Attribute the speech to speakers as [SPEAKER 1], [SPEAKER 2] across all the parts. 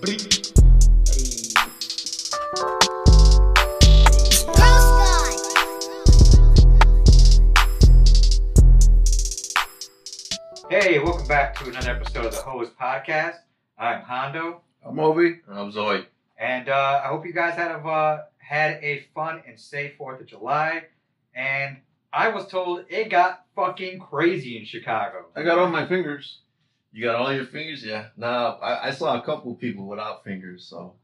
[SPEAKER 1] Bleep.
[SPEAKER 2] Hey, welcome back to another episode of the Hose Podcast. I'm Hondo,
[SPEAKER 3] I'm Obi.
[SPEAKER 4] I'm Zoe.
[SPEAKER 2] and uh, I hope you guys had a uh, had a fun and safe Fourth of July. And I was told it got fucking crazy in Chicago.
[SPEAKER 3] I got all my fingers.
[SPEAKER 4] You got all your fingers? Yeah. Nah, I, I saw a couple people without fingers, so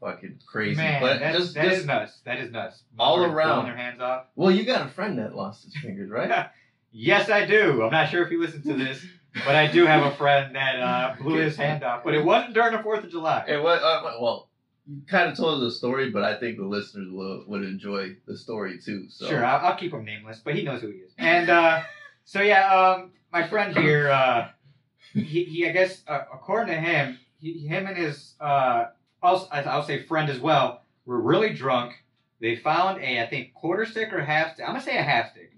[SPEAKER 4] fucking crazy.
[SPEAKER 2] Man,
[SPEAKER 4] but
[SPEAKER 2] that's,
[SPEAKER 4] just,
[SPEAKER 2] that
[SPEAKER 4] just
[SPEAKER 2] is nuts. That is nuts.
[SPEAKER 4] All
[SPEAKER 2] Blowing
[SPEAKER 4] around.
[SPEAKER 2] their hands off.
[SPEAKER 4] well, you got a friend that lost his fingers, right?
[SPEAKER 2] Yes, I do. I'm not sure if you listened to this, but I do have a friend that uh, blew his hand off. But it wasn't during the Fourth of July.
[SPEAKER 4] It was uh, well, you kind of told us the story, but I think the listeners will would enjoy the story too. So
[SPEAKER 2] Sure, I'll, I'll keep him nameless, but he knows who he is. And uh, so yeah, um, my friend here, uh, he, he I guess uh, according to him, he, him and his uh, also I- I'll say friend as well were really drunk. They found a I think quarter stick or half stick. I'm gonna say a half stick,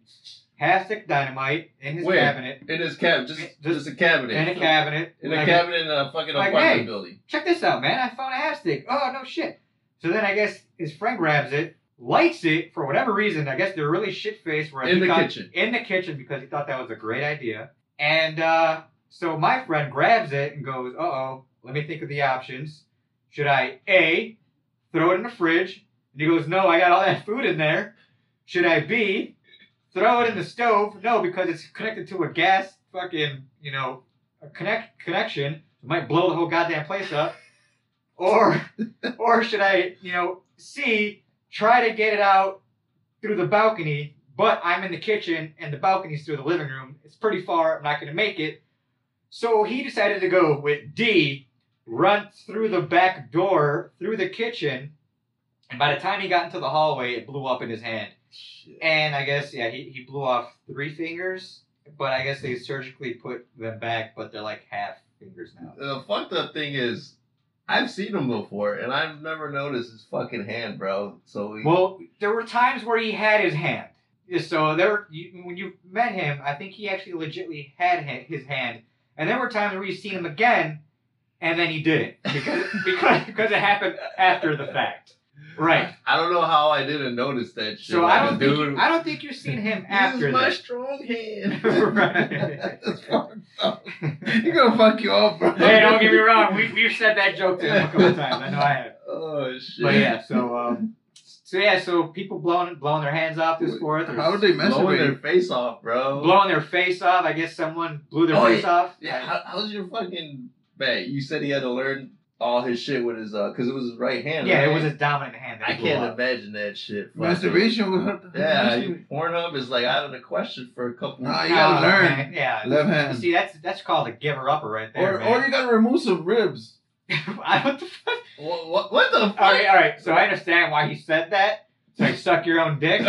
[SPEAKER 2] half stick dynamite in his
[SPEAKER 4] Where?
[SPEAKER 2] cabinet,
[SPEAKER 4] in his cab, just
[SPEAKER 2] Just-
[SPEAKER 4] just a cabinet,
[SPEAKER 2] in a cabinet.
[SPEAKER 4] in a
[SPEAKER 2] Like,
[SPEAKER 4] cabinet in a fucking
[SPEAKER 2] Like,
[SPEAKER 4] apartment
[SPEAKER 2] hey.
[SPEAKER 4] building.
[SPEAKER 2] Check this out, man! I found a half stick. Oh no shit! So then I guess his friend grabs it, lights it for whatever reason. I guess they're really shit faced. Where
[SPEAKER 4] In
[SPEAKER 2] he
[SPEAKER 4] the
[SPEAKER 2] thought-
[SPEAKER 4] kitchen.
[SPEAKER 2] in the kitchen because he thought that was a great idea. And uh, so my friend grabs it and goes, "Uh oh, let me think of the options. Should I A, throw it in the fridge?" And he goes, "No, I got all that food in there. Should I B, throw it in the stove? No, because it's connected to a gas fucking you know a connect connection. It might blow the whole goddamn place up. Or or should I you know C, try to get it out through the balcony, but I'm in the kitchen and the balcony's through the living room. It's pretty far. I'm not going to make it. So he decided to go with D, run through the back door, through the kitchen. And by the time he got into the hallway, it blew up in his hand.
[SPEAKER 4] Shit.
[SPEAKER 2] And I guess, yeah, he, he blew off three fingers, but I guess they surgically put them back, but they're like half fingers now.
[SPEAKER 4] The fucked up thing is, I've seen him before, and I've never noticed his fucking hand, bro. So we,
[SPEAKER 2] Well, there were times where he had his hand. Yeah, So there, were- you, when you met him, I think he actually legitly had ha- his hand. And there were times where you've seen him again, and then he didn't because because because it happened after the fact. Right.
[SPEAKER 4] I don't know how I didn't notice that shit.
[SPEAKER 2] So I
[SPEAKER 4] Like,
[SPEAKER 2] don't
[SPEAKER 4] dude,
[SPEAKER 2] think I don't think you've seen him after that.
[SPEAKER 4] strong hand.
[SPEAKER 2] Right.
[SPEAKER 4] That's fucked up. You're gonna fuck you up, bro.
[SPEAKER 2] Hey, don't get me wrong. We we've said that joke to him a couple times. I know I have.
[SPEAKER 4] Oh shit.
[SPEAKER 2] But yeah. So um. So yeah. So people blowing blowing their hands off this fourth. or
[SPEAKER 3] How would they
[SPEAKER 4] blowing
[SPEAKER 3] masturbate?
[SPEAKER 4] their face off, bro.
[SPEAKER 2] blowing their face off. I guess someone blew their
[SPEAKER 4] Oh,
[SPEAKER 2] face off.
[SPEAKER 4] yeah. How, how's your fucking bag? You said he had to learn all his shit with his uh, because it was his right hand.
[SPEAKER 2] Yeah,
[SPEAKER 4] right?
[SPEAKER 2] it was his dominant hand. That
[SPEAKER 4] I
[SPEAKER 2] he blew
[SPEAKER 4] can't
[SPEAKER 2] up.
[SPEAKER 4] imagine that shit. fucking-
[SPEAKER 3] Masturbation would hurt.
[SPEAKER 4] Yeah, you, Pornhub is like out of the question for a couple.
[SPEAKER 3] Nah, you gotta
[SPEAKER 2] Oh,
[SPEAKER 3] learn.
[SPEAKER 2] man, Yeah.
[SPEAKER 3] Left
[SPEAKER 2] You
[SPEAKER 3] hand.
[SPEAKER 2] see, that's that's called a giver upper right there.
[SPEAKER 3] Or,
[SPEAKER 2] man.
[SPEAKER 3] or you gotta remove some ribs.
[SPEAKER 2] I don't-
[SPEAKER 4] What, what, what the fuck?
[SPEAKER 2] all right, all right. So I understand why he said that. It's like suck your own dick,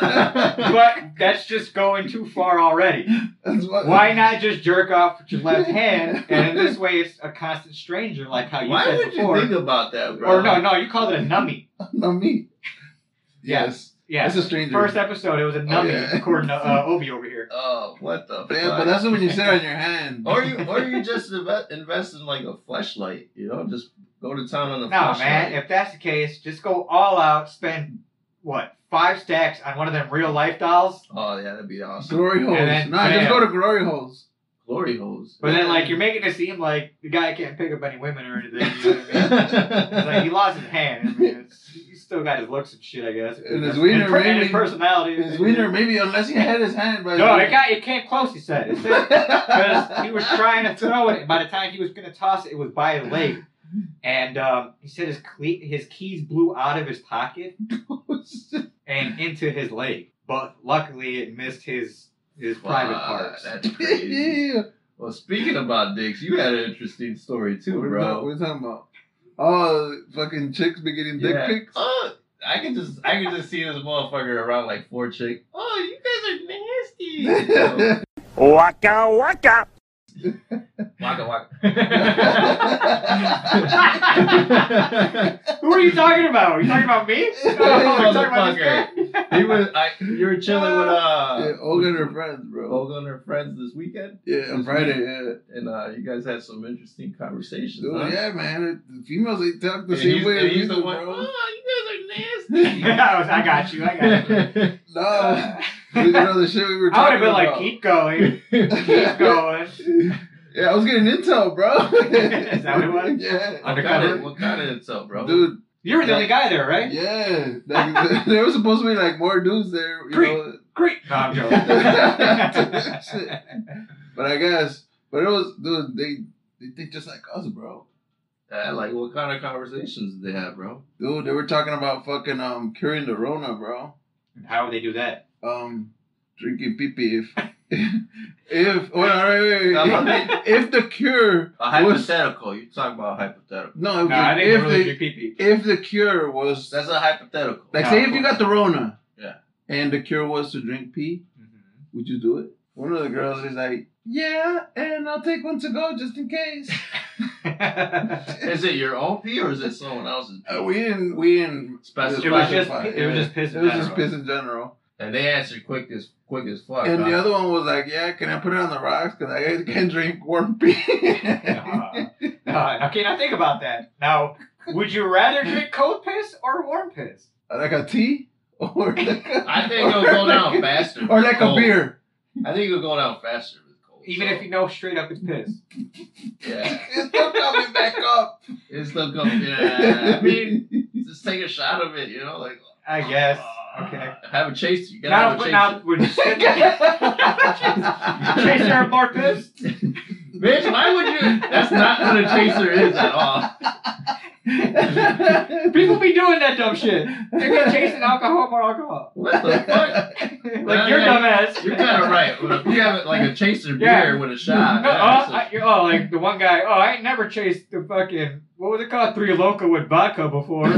[SPEAKER 3] That's
[SPEAKER 2] but that's just going too far already.
[SPEAKER 3] what.
[SPEAKER 2] Why not just jerk off with your left hand, and in this way it's a constant stranger, like how you
[SPEAKER 4] Why
[SPEAKER 2] said
[SPEAKER 4] would
[SPEAKER 2] before.
[SPEAKER 4] you think about that, bro?
[SPEAKER 2] or no, no, you called it a nummy.
[SPEAKER 3] Not me.
[SPEAKER 2] Yeah.
[SPEAKER 3] Yes.
[SPEAKER 2] Yeah.
[SPEAKER 3] That's a stranger.
[SPEAKER 2] First episode, it was a nummy,
[SPEAKER 3] yeah.
[SPEAKER 2] according to uh, Obi over here.
[SPEAKER 4] Oh, what the
[SPEAKER 3] but,
[SPEAKER 4] fuck?
[SPEAKER 3] yeah, but that's when you sit on your hand.
[SPEAKER 4] or you or you just invest, invest in like a flashlight, you know, just go to town on the
[SPEAKER 2] No,
[SPEAKER 4] flashlight.
[SPEAKER 2] man, if that's the case, just go all out, spend what, five stacks on one of them real life dolls?
[SPEAKER 4] oh yeah, that'd be awesome.
[SPEAKER 3] glory holes.
[SPEAKER 2] then-
[SPEAKER 3] nah,
[SPEAKER 2] yeah.
[SPEAKER 3] just go to glory holes.
[SPEAKER 4] Glory holes.
[SPEAKER 2] But then like you're making it seem like the guy can't pick up any women or anything, you know what I mean? It's like
[SPEAKER 4] like
[SPEAKER 2] he lost his hand. I mean, it's, he still got his looks and shit, I guess.
[SPEAKER 3] And his wiener,
[SPEAKER 2] per- and his
[SPEAKER 3] maybe.
[SPEAKER 2] personality.
[SPEAKER 3] His wiener, maybe, unless he had his hand. But
[SPEAKER 2] No, it got it came close. He said it said- because he was trying to throw it. and By the time he was going to toss it, it was by his leg. And um, he said his cle- his keys blew out of his pocket. and into his leg. But luckily, it missed his his private parts.
[SPEAKER 4] That's crazy. Well, speaking about dicks, you had an interesting story too,
[SPEAKER 3] What are we talk-
[SPEAKER 4] bro.
[SPEAKER 3] What are you talking about? Oh, fucking chicks be getting
[SPEAKER 4] Yeah.
[SPEAKER 3] dick pics.
[SPEAKER 4] Oh, I can just I can just see this motherfucker around like four chick. Oh, you guys are nasty. You know?
[SPEAKER 5] Waka waka.
[SPEAKER 4] Waka waka.
[SPEAKER 2] Who are you talking about? Are you talking about me? Oh, you're talking about this guy?
[SPEAKER 4] he was. I, you were chilling with uh.
[SPEAKER 3] yeah, Olga and her friends, bro.
[SPEAKER 4] Olga and her friends this weekend,
[SPEAKER 3] Yeah, on
[SPEAKER 4] Oh, This
[SPEAKER 3] Friday. Yeah,
[SPEAKER 4] and uh, you guys had some interesting conversations.
[SPEAKER 3] Dude,
[SPEAKER 4] huh?
[SPEAKER 3] Oh, yeah, man. The females they talk the
[SPEAKER 4] And
[SPEAKER 3] same
[SPEAKER 4] he's-
[SPEAKER 3] way.
[SPEAKER 4] and
[SPEAKER 3] as
[SPEAKER 4] he's
[SPEAKER 3] we
[SPEAKER 4] the
[SPEAKER 3] do,
[SPEAKER 4] one,
[SPEAKER 3] bro.
[SPEAKER 4] "Oh, you guys are nasty."
[SPEAKER 2] I, was, I got you. I got you. Uh,
[SPEAKER 3] No, you know the shit we were
[SPEAKER 2] I would
[SPEAKER 3] talking
[SPEAKER 2] have been
[SPEAKER 3] about.
[SPEAKER 2] like, keep going, keep going.
[SPEAKER 3] yeah, I was getting intel, bro.
[SPEAKER 2] Is that what it was?
[SPEAKER 3] Yeah,
[SPEAKER 4] what, kind of, what kind of insult, bro?
[SPEAKER 3] dude.
[SPEAKER 2] You were the only guy there, right?
[SPEAKER 3] Yeah, like, there was supposed to be like more dudes there, you
[SPEAKER 2] Creep.
[SPEAKER 3] know.
[SPEAKER 2] Great. No, I'm joking.
[SPEAKER 3] Shit. but I guess, but it was dude. They they think just like us, bro.
[SPEAKER 4] Uh, like, what kind of conversations did they have, bro?
[SPEAKER 3] Dude, they were talking about fucking um curing the Rona, bro.
[SPEAKER 2] How would they do that?
[SPEAKER 3] Um, drinking pee pee if if oh, no, wait, wait,
[SPEAKER 4] No, no,
[SPEAKER 3] wait.
[SPEAKER 4] they-
[SPEAKER 3] if the cure
[SPEAKER 4] a hypothetical. You're talking about a hypothetical.
[SPEAKER 3] no,
[SPEAKER 2] No, I
[SPEAKER 3] if
[SPEAKER 2] didn't
[SPEAKER 3] the
[SPEAKER 2] really do pee
[SPEAKER 3] if the cure was
[SPEAKER 4] That's a hypothetical.
[SPEAKER 3] Like,
[SPEAKER 2] Yeah,
[SPEAKER 3] say
[SPEAKER 2] of
[SPEAKER 3] if you
[SPEAKER 2] course.
[SPEAKER 3] got the Rona,
[SPEAKER 4] Yeah.
[SPEAKER 3] and the cure was to drink pee, would you do it? One of the girls is like, yeah, and I'll take one to go just in case.
[SPEAKER 4] is it your own pee or is it someone else's? pee?
[SPEAKER 3] Uh, we didn't, we didn't.
[SPEAKER 2] it was
[SPEAKER 4] Specify.
[SPEAKER 2] just it was
[SPEAKER 3] Yeah.
[SPEAKER 2] just piss.
[SPEAKER 3] It was just
[SPEAKER 2] general.
[SPEAKER 3] piss in general.
[SPEAKER 4] and they answered quick as quick as fuck.
[SPEAKER 3] and
[SPEAKER 4] huh?
[SPEAKER 3] the other one was like, yeah, can I put it on the rocks? Because I can't drink warm pee.
[SPEAKER 2] Uh, uh, okay, now think about that. Now, would you rather drink cold piss or warm piss?
[SPEAKER 3] like a tea? Or like a,
[SPEAKER 4] I think it'll go down faster.
[SPEAKER 3] Or
[SPEAKER 4] with
[SPEAKER 3] like a
[SPEAKER 4] cold.
[SPEAKER 3] beer.
[SPEAKER 4] I think it'll go down faster with cold.
[SPEAKER 2] Even
[SPEAKER 4] so,
[SPEAKER 2] if you know straight up it's piss.
[SPEAKER 4] yeah,
[SPEAKER 3] It's still coming back up.
[SPEAKER 4] it's still going. Yeah, I mean, just take a shot of it. You know, like
[SPEAKER 2] I guess. Okay.
[SPEAKER 4] Have a chase. Uh, You gotta
[SPEAKER 2] Now,
[SPEAKER 4] have a
[SPEAKER 2] but
[SPEAKER 4] chase.
[SPEAKER 2] now, would you chase her more piss?
[SPEAKER 4] Bitch, why would you? That's not what a chaser is at all.
[SPEAKER 2] People be doing that dumb shit. They're chasing alcohol more alcohol.
[SPEAKER 4] What the fuck?
[SPEAKER 2] Like you're dumbass.
[SPEAKER 4] You're kind of right. If you have like a chaser
[SPEAKER 2] Yeah.
[SPEAKER 4] beer with a shot,
[SPEAKER 2] No,
[SPEAKER 4] yeah,
[SPEAKER 2] uh,
[SPEAKER 4] so-
[SPEAKER 2] I, you- oh, like the one guy. Oh, I ain't never chased the fucking what was it called? Three loco with vodka before. All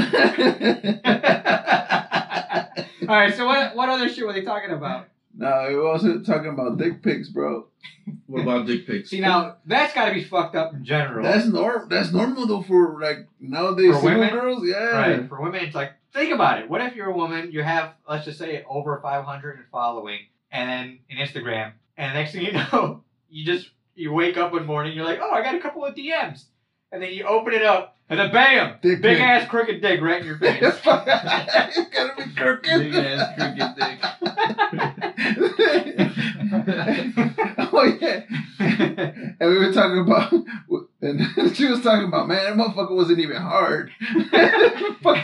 [SPEAKER 2] right, so what what other shit were they talking about?
[SPEAKER 3] no, we wasn't talking about dick pics, bro.
[SPEAKER 4] what about dick pics?
[SPEAKER 2] See, now that's got to be fucked up in general.
[SPEAKER 3] That's normal. That's normal though for like nowadays
[SPEAKER 2] For
[SPEAKER 3] single
[SPEAKER 2] women?
[SPEAKER 3] girls. Yeah.
[SPEAKER 2] right for women. It's like think about it. What if you're a woman? You have let's just say over 500 and following, and then an Instagram, and next thing you know, you just you wake up one morning, you're like, oh, I got a couple of DMs, and then you open it up, and then bam,
[SPEAKER 3] Dick
[SPEAKER 2] big
[SPEAKER 3] pic.
[SPEAKER 2] ass crooked dick right in your face.
[SPEAKER 3] it's gotta be
[SPEAKER 4] Big
[SPEAKER 3] crooked.
[SPEAKER 4] ass crooked dick.
[SPEAKER 3] oh yeah. And we were talking about, and she was talking about, man, that motherfucker wasn't even hard. Fuck.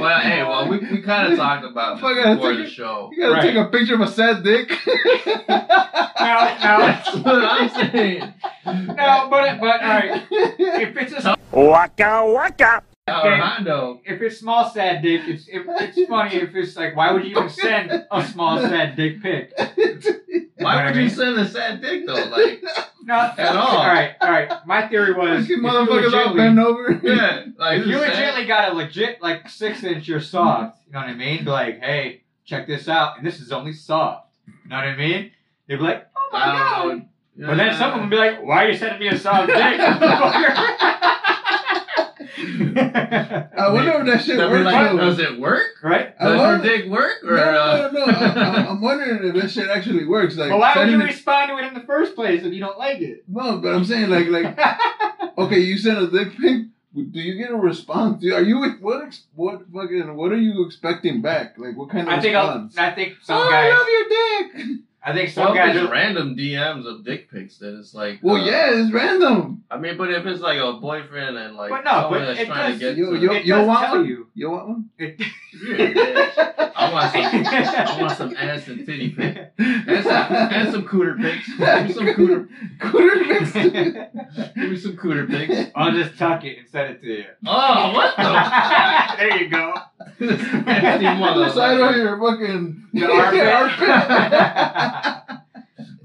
[SPEAKER 4] Well, hey, well, we, we kind of talked about
[SPEAKER 3] Fuck,
[SPEAKER 4] this
[SPEAKER 3] I
[SPEAKER 4] before
[SPEAKER 3] think-
[SPEAKER 4] the show.
[SPEAKER 3] You gotta
[SPEAKER 2] Right.
[SPEAKER 3] take a picture of a sad dick.
[SPEAKER 2] now, now,
[SPEAKER 4] That's what I'm saying.
[SPEAKER 2] now, but but all right. If it's a,
[SPEAKER 1] Waka waka.
[SPEAKER 4] Our Hondo.
[SPEAKER 2] if it's small sad dick, it's if, it's funny. If it's like, why would you even send a small sad dick pic?
[SPEAKER 4] Why would you send a sad dick though? Like,
[SPEAKER 2] No, at
[SPEAKER 4] all.
[SPEAKER 2] All right, all right. My theory was, if
[SPEAKER 3] Fucking
[SPEAKER 2] you
[SPEAKER 3] motherfuckers all
[SPEAKER 2] legitimately-
[SPEAKER 3] bent over.
[SPEAKER 4] yeah, like
[SPEAKER 2] if you
[SPEAKER 4] sad-
[SPEAKER 2] legitimately got a legit like six inch, you're soft. You know what I mean? Be like, hey, check this out, and this is only soft. You know what I mean? They'd be like, oh my
[SPEAKER 4] I
[SPEAKER 2] god.
[SPEAKER 4] don't know.
[SPEAKER 2] But then some of them be like, why are you sending me a soft dick, motherfucker?
[SPEAKER 3] I wonder if that shit
[SPEAKER 4] They'll be
[SPEAKER 3] works.
[SPEAKER 4] like,
[SPEAKER 3] though.
[SPEAKER 4] does it work?
[SPEAKER 2] right?
[SPEAKER 3] I
[SPEAKER 4] Does your
[SPEAKER 3] wonder-
[SPEAKER 4] dick work? Or uh,
[SPEAKER 3] no, no, no. I, I'm wondering if that shit actually works. Like,
[SPEAKER 2] But why would
[SPEAKER 3] sending
[SPEAKER 2] you
[SPEAKER 3] it-
[SPEAKER 2] respond to it in the first place if you don't like it?
[SPEAKER 3] No, but I'm saying like like okay, you send a dick pic. Do you get a response? Do- Are you what ex- what fucking what are you expecting back? Like what kind of
[SPEAKER 2] I think I'll,
[SPEAKER 3] response?
[SPEAKER 2] I think
[SPEAKER 3] oh,
[SPEAKER 2] some guys.
[SPEAKER 3] I love your dick.
[SPEAKER 2] I think some
[SPEAKER 4] Well, if
[SPEAKER 2] guys.
[SPEAKER 4] it's
[SPEAKER 2] Are,
[SPEAKER 4] random DMs of dick pics, then it's like.
[SPEAKER 3] Well,
[SPEAKER 4] uh,
[SPEAKER 3] yeah, it's random.
[SPEAKER 4] I mean, but if it's like a boyfriend and like
[SPEAKER 2] But no,
[SPEAKER 4] someone
[SPEAKER 2] but
[SPEAKER 4] that's
[SPEAKER 2] it
[SPEAKER 4] trying
[SPEAKER 2] does-
[SPEAKER 4] to get
[SPEAKER 3] You-
[SPEAKER 4] to
[SPEAKER 3] you-
[SPEAKER 2] it does
[SPEAKER 3] want
[SPEAKER 2] tell
[SPEAKER 3] one?
[SPEAKER 2] you.
[SPEAKER 3] You want one?
[SPEAKER 2] It,
[SPEAKER 4] you, bitch. I want some. I want some ass and titty pics and some, and some cooter pics. Give me some cooter.
[SPEAKER 3] Cooter mixed.
[SPEAKER 4] Give me some cooter pics.
[SPEAKER 2] I'll just tuck it and send it to you.
[SPEAKER 4] Oh, what the? fuck?
[SPEAKER 2] there you go.
[SPEAKER 4] This nasty
[SPEAKER 3] the side of
[SPEAKER 4] motherfucker
[SPEAKER 3] your fucking
[SPEAKER 2] The
[SPEAKER 3] armpit.
[SPEAKER 2] armpit.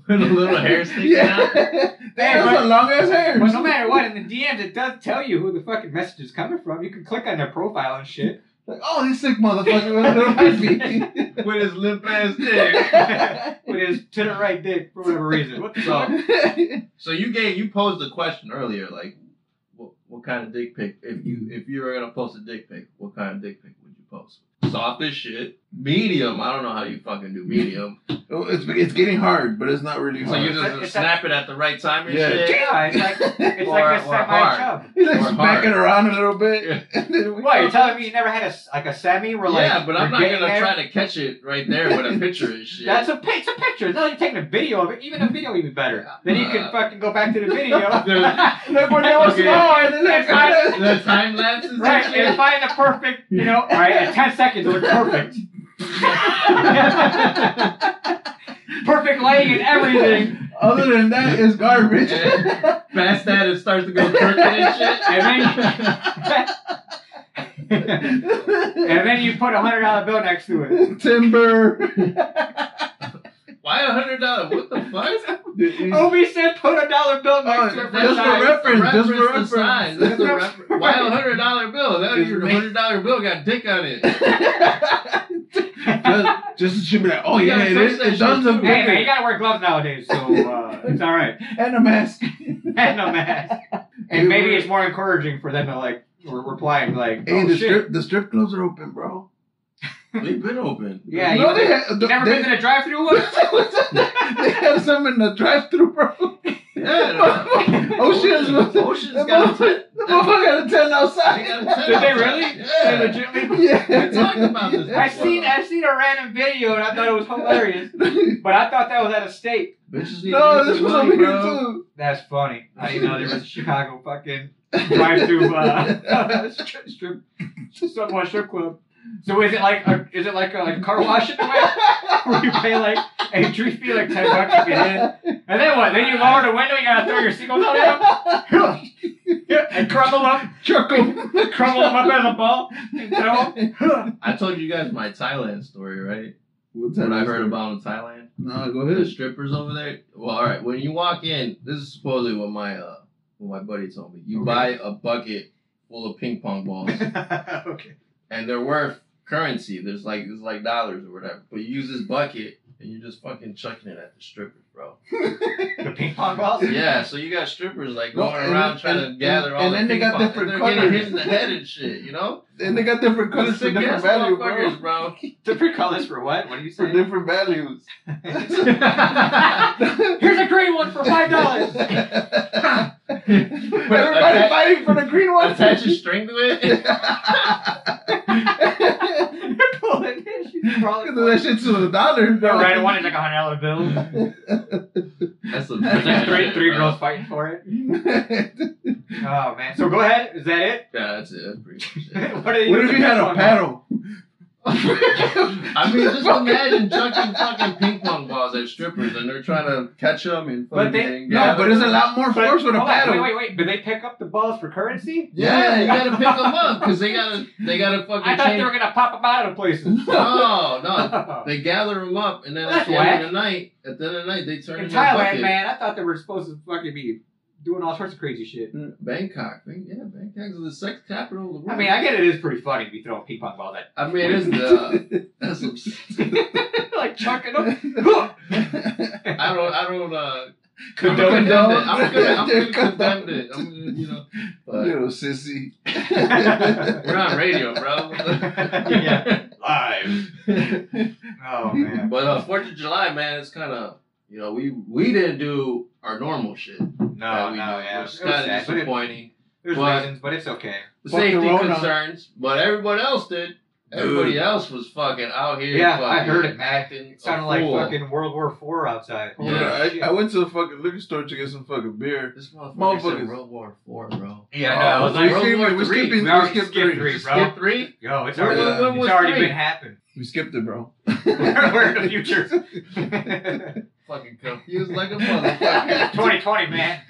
[SPEAKER 4] with a little hair sticking
[SPEAKER 3] yeah,
[SPEAKER 4] out.
[SPEAKER 3] that
[SPEAKER 2] but-
[SPEAKER 3] was a long ass hair.
[SPEAKER 2] but no matter what, in the DMs, it does tell you who the fucking message is coming from. You can click on their profile and shit.
[SPEAKER 3] Like, oh, this sick motherfucker with a little baby.
[SPEAKER 4] with his limp ass dick.
[SPEAKER 2] With his to the right dick for whatever reason. What the
[SPEAKER 4] So-
[SPEAKER 2] fuck?
[SPEAKER 4] So you gave you posed the question earlier, like, what what kind of dick pic? If you if you were gonna post a dick pic, what kind of dick pic would you post? Soft as shit, medium. I don't know how you fucking do medium.
[SPEAKER 3] Oh, it's it's getting hard, but it's not really
[SPEAKER 4] So you
[SPEAKER 3] hard.
[SPEAKER 4] just
[SPEAKER 2] It's
[SPEAKER 4] snap it at the right time and
[SPEAKER 3] Yeah.
[SPEAKER 4] shit.
[SPEAKER 2] Yeah, it's like it's
[SPEAKER 4] Or-
[SPEAKER 2] like
[SPEAKER 4] or
[SPEAKER 2] a
[SPEAKER 4] hard.
[SPEAKER 2] semi-chub.
[SPEAKER 3] He's like
[SPEAKER 4] Or
[SPEAKER 3] smacking
[SPEAKER 4] hard.
[SPEAKER 3] around a little bit.
[SPEAKER 4] Yeah.
[SPEAKER 3] and then we-
[SPEAKER 2] What, you're telling me you never had a, s- like a semi where like
[SPEAKER 4] yeah, but I'm
[SPEAKER 2] you're
[SPEAKER 4] not
[SPEAKER 2] getting
[SPEAKER 4] gonna
[SPEAKER 2] there?
[SPEAKER 4] try to catch it right there with a picture and shit.
[SPEAKER 2] That's a, pic- it's a picture. It's not like you're taking a video of it. Even a video would be better. Then you can
[SPEAKER 4] Uh,
[SPEAKER 2] fucking go back to the video.
[SPEAKER 4] There's-
[SPEAKER 2] look where that was
[SPEAKER 4] Okay.
[SPEAKER 2] going. And then find,
[SPEAKER 4] the time lapses. and
[SPEAKER 2] right,
[SPEAKER 4] shit?
[SPEAKER 2] and find the perfect, you know, all right, at 10 seconds, it looked perfect. perfect lighting and everything.
[SPEAKER 3] Other than that, it's garbage.
[SPEAKER 4] Yeah. Past that, it starts to go crooked and shit.
[SPEAKER 2] And and then you put a $100 bill next to it.
[SPEAKER 3] Timber.
[SPEAKER 4] Why a hundred dollar? What the fuck?
[SPEAKER 2] Obi said put a dollar bill
[SPEAKER 3] Oh,
[SPEAKER 2] next to it for
[SPEAKER 3] just
[SPEAKER 2] size.
[SPEAKER 3] for reference, just for
[SPEAKER 4] Reference the size.
[SPEAKER 3] reference.
[SPEAKER 4] That's a refer- Why a hundred dollar bill? That
[SPEAKER 3] Just
[SPEAKER 4] your
[SPEAKER 3] make-
[SPEAKER 4] hundred dollar bill got dick on it.
[SPEAKER 3] just, just should be like, oh
[SPEAKER 4] You
[SPEAKER 3] yeah,
[SPEAKER 4] gotta
[SPEAKER 3] it,
[SPEAKER 4] touch
[SPEAKER 3] is,
[SPEAKER 4] that
[SPEAKER 3] it does
[SPEAKER 4] shit
[SPEAKER 3] look
[SPEAKER 4] too.
[SPEAKER 2] Hey man, you
[SPEAKER 3] good.
[SPEAKER 2] gotta wear gloves nowadays, so uh, it's all right.
[SPEAKER 3] And a mask.
[SPEAKER 2] And no mask. And maybe it's more encouraging for them to like re- reply and be like,
[SPEAKER 3] Hey,
[SPEAKER 2] oh
[SPEAKER 3] the
[SPEAKER 2] shit.
[SPEAKER 3] strip the strip clubs are open, bro.
[SPEAKER 4] We've been open.
[SPEAKER 2] Yeah,
[SPEAKER 3] no,
[SPEAKER 2] you
[SPEAKER 3] they had
[SPEAKER 2] you never
[SPEAKER 3] they,
[SPEAKER 2] been to the drive-through one?
[SPEAKER 3] they had some in the drive-through, bro. Oh,
[SPEAKER 4] Yeah.
[SPEAKER 3] Oceans was.
[SPEAKER 4] Ocean's
[SPEAKER 3] The
[SPEAKER 4] got a
[SPEAKER 3] motherfucker the motherfucker had a ten outside.
[SPEAKER 2] Did they really? They
[SPEAKER 4] Yeah.
[SPEAKER 2] legitimately.
[SPEAKER 3] Yeah.
[SPEAKER 4] We talked about this.
[SPEAKER 2] I seen I seen a random video and I thought it was hilarious, but I thought that was at a state.
[SPEAKER 4] Bitches need
[SPEAKER 3] No,
[SPEAKER 4] to use
[SPEAKER 3] this was
[SPEAKER 4] their
[SPEAKER 3] over
[SPEAKER 4] money,
[SPEAKER 3] here
[SPEAKER 4] bro.
[SPEAKER 3] too.
[SPEAKER 2] That's funny. I didn't know there was a Chicago fucking drive-through uh, strip, strip, someone strip club. So is it like a, is it like a, like a car wash in a way? Where you pay like entry fee like ten bucks to get in, and then what? Then you lower the window, you gotta throw your seagulls out at them, and crumble them,
[SPEAKER 3] Chuck 'em.
[SPEAKER 2] crumble them up as a ball, and throw them.
[SPEAKER 4] I told you guys my Thailand story, right?
[SPEAKER 3] What's
[SPEAKER 4] What I heard about in Thailand.
[SPEAKER 3] No, go
[SPEAKER 4] The
[SPEAKER 3] ahead.
[SPEAKER 4] strippers over there. Well, all right. When you walk in, this is supposedly what my uh, what my buddy told me. You
[SPEAKER 3] Okay.
[SPEAKER 4] buy a bucket full of ping pong balls.
[SPEAKER 2] okay.
[SPEAKER 4] and they're worth currency. There's like it's like dollars or whatever. But you use this bucket and you're just fucking chucking it at the strippers, bro.
[SPEAKER 2] The ping pong balls.
[SPEAKER 4] Yeah, so you got strippers like
[SPEAKER 3] No,
[SPEAKER 4] going
[SPEAKER 3] and
[SPEAKER 4] around
[SPEAKER 3] then-
[SPEAKER 4] trying
[SPEAKER 3] and-
[SPEAKER 4] to gather
[SPEAKER 3] and-
[SPEAKER 4] all
[SPEAKER 3] and
[SPEAKER 4] the
[SPEAKER 3] then they
[SPEAKER 4] ping
[SPEAKER 3] got
[SPEAKER 4] pong-
[SPEAKER 3] different
[SPEAKER 4] they're getting
[SPEAKER 3] colors.
[SPEAKER 4] hit in the head and shit, you know?
[SPEAKER 3] And they got different colors for
[SPEAKER 4] Sick
[SPEAKER 3] different
[SPEAKER 4] ass
[SPEAKER 3] value,
[SPEAKER 4] motherfuckers,
[SPEAKER 3] bro.
[SPEAKER 4] bro.
[SPEAKER 2] Different colors for what? What do you
[SPEAKER 3] For
[SPEAKER 2] say?
[SPEAKER 3] different values.
[SPEAKER 2] Here's a green one for five dollars.
[SPEAKER 3] Everybody
[SPEAKER 4] attach-
[SPEAKER 3] fighting for the green one.
[SPEAKER 4] Attach a string to it.
[SPEAKER 2] Pulling it, Oh, she's crawling.
[SPEAKER 3] that shit's a dollar.
[SPEAKER 2] The
[SPEAKER 3] bro.
[SPEAKER 2] red one is like a hundred dollar bill.
[SPEAKER 4] That's some
[SPEAKER 2] There's like three
[SPEAKER 4] shit,
[SPEAKER 2] three
[SPEAKER 4] bro.
[SPEAKER 2] girls fighting for it.
[SPEAKER 3] what
[SPEAKER 2] Oh man. So go ahead. Is that it?
[SPEAKER 4] Yeah, that's it. That's pretty much it.
[SPEAKER 2] what are
[SPEAKER 3] if you had a paddle?
[SPEAKER 4] I mean, just imagine chucking fucking ping pong balls at strippers and they're trying to catch them and fucking.
[SPEAKER 2] But they-
[SPEAKER 3] No, but it's a lot more
[SPEAKER 2] But,
[SPEAKER 3] force with a
[SPEAKER 2] hold on,
[SPEAKER 3] paddle.
[SPEAKER 2] Wait, wait, wait. Did they pick up the balls for currency?
[SPEAKER 4] Yeah, you gotta pick them up because they gotta they gotta fucking
[SPEAKER 2] I thought
[SPEAKER 4] change.
[SPEAKER 2] they were gonna pop them out of places.
[SPEAKER 4] No, no,
[SPEAKER 2] In
[SPEAKER 4] they gather them up and then at
[SPEAKER 2] That's
[SPEAKER 4] the end of the night, at the end of the night, they turn into a
[SPEAKER 2] Thailand,
[SPEAKER 4] bucket.
[SPEAKER 2] man, I thought they were supposed to fucking be doing all sorts of crazy shit.
[SPEAKER 4] Bangkok, man, yeah, Bangkok's the sex capital of the world.
[SPEAKER 2] I mean, I get it is pretty funny to be throwing ping pong balls at
[SPEAKER 4] I mean, it's the that's some,
[SPEAKER 2] like chucking them.
[SPEAKER 4] I don't, I don't. uh I'm
[SPEAKER 2] Condone
[SPEAKER 4] gonna
[SPEAKER 2] it.
[SPEAKER 4] condemn it. I'm gonna, I'm gonna
[SPEAKER 3] Condone.
[SPEAKER 4] condemn it. I'm gonna, you know, but
[SPEAKER 3] Little sissy.
[SPEAKER 4] we're on radio, bro.
[SPEAKER 2] Yeah. Live. Oh man.
[SPEAKER 4] But uh, Fourth of July, man, it's kind of you know we we didn't do our normal shit.
[SPEAKER 2] No,
[SPEAKER 4] that we
[SPEAKER 2] no,
[SPEAKER 4] do,
[SPEAKER 2] yeah.
[SPEAKER 4] which is
[SPEAKER 2] It was
[SPEAKER 4] kind of
[SPEAKER 2] sad, but it-
[SPEAKER 4] disappointing.
[SPEAKER 2] There's
[SPEAKER 4] But-
[SPEAKER 2] reasons, but it's okay.
[SPEAKER 4] The
[SPEAKER 3] Fuck the
[SPEAKER 4] safety
[SPEAKER 3] Rona.
[SPEAKER 4] concerns, but everybody else did. Everybody
[SPEAKER 3] Dude.
[SPEAKER 4] else was fucking out here.
[SPEAKER 2] Yeah,
[SPEAKER 4] fucking
[SPEAKER 2] I heard it, man.
[SPEAKER 4] Acting
[SPEAKER 2] It
[SPEAKER 4] a
[SPEAKER 2] sounded like
[SPEAKER 4] fool.
[SPEAKER 2] fucking World War Four outside. Holy
[SPEAKER 4] Yeah.
[SPEAKER 2] shit.
[SPEAKER 3] I, I went to the fucking liquor store to get some fucking beer.
[SPEAKER 4] This motherfucker
[SPEAKER 3] Motherfuckers.
[SPEAKER 4] said World War Four, bro.
[SPEAKER 2] Yeah, no,
[SPEAKER 4] Oh,
[SPEAKER 2] it was like
[SPEAKER 4] World
[SPEAKER 3] we,
[SPEAKER 4] War
[SPEAKER 3] skipped, we,
[SPEAKER 4] Three.
[SPEAKER 3] skipped,
[SPEAKER 2] We already
[SPEAKER 3] we skipped
[SPEAKER 2] skipped
[SPEAKER 3] three.
[SPEAKER 2] three, bro.
[SPEAKER 4] Skip three.
[SPEAKER 2] Yo, it's
[SPEAKER 3] When-
[SPEAKER 2] already,
[SPEAKER 3] when
[SPEAKER 2] it's
[SPEAKER 4] was
[SPEAKER 2] already
[SPEAKER 4] three?
[SPEAKER 2] been happened.
[SPEAKER 3] We skipped it, bro.
[SPEAKER 2] We're in the future. 2020,
[SPEAKER 4] Fucking confused like a motherfucker.
[SPEAKER 2] man.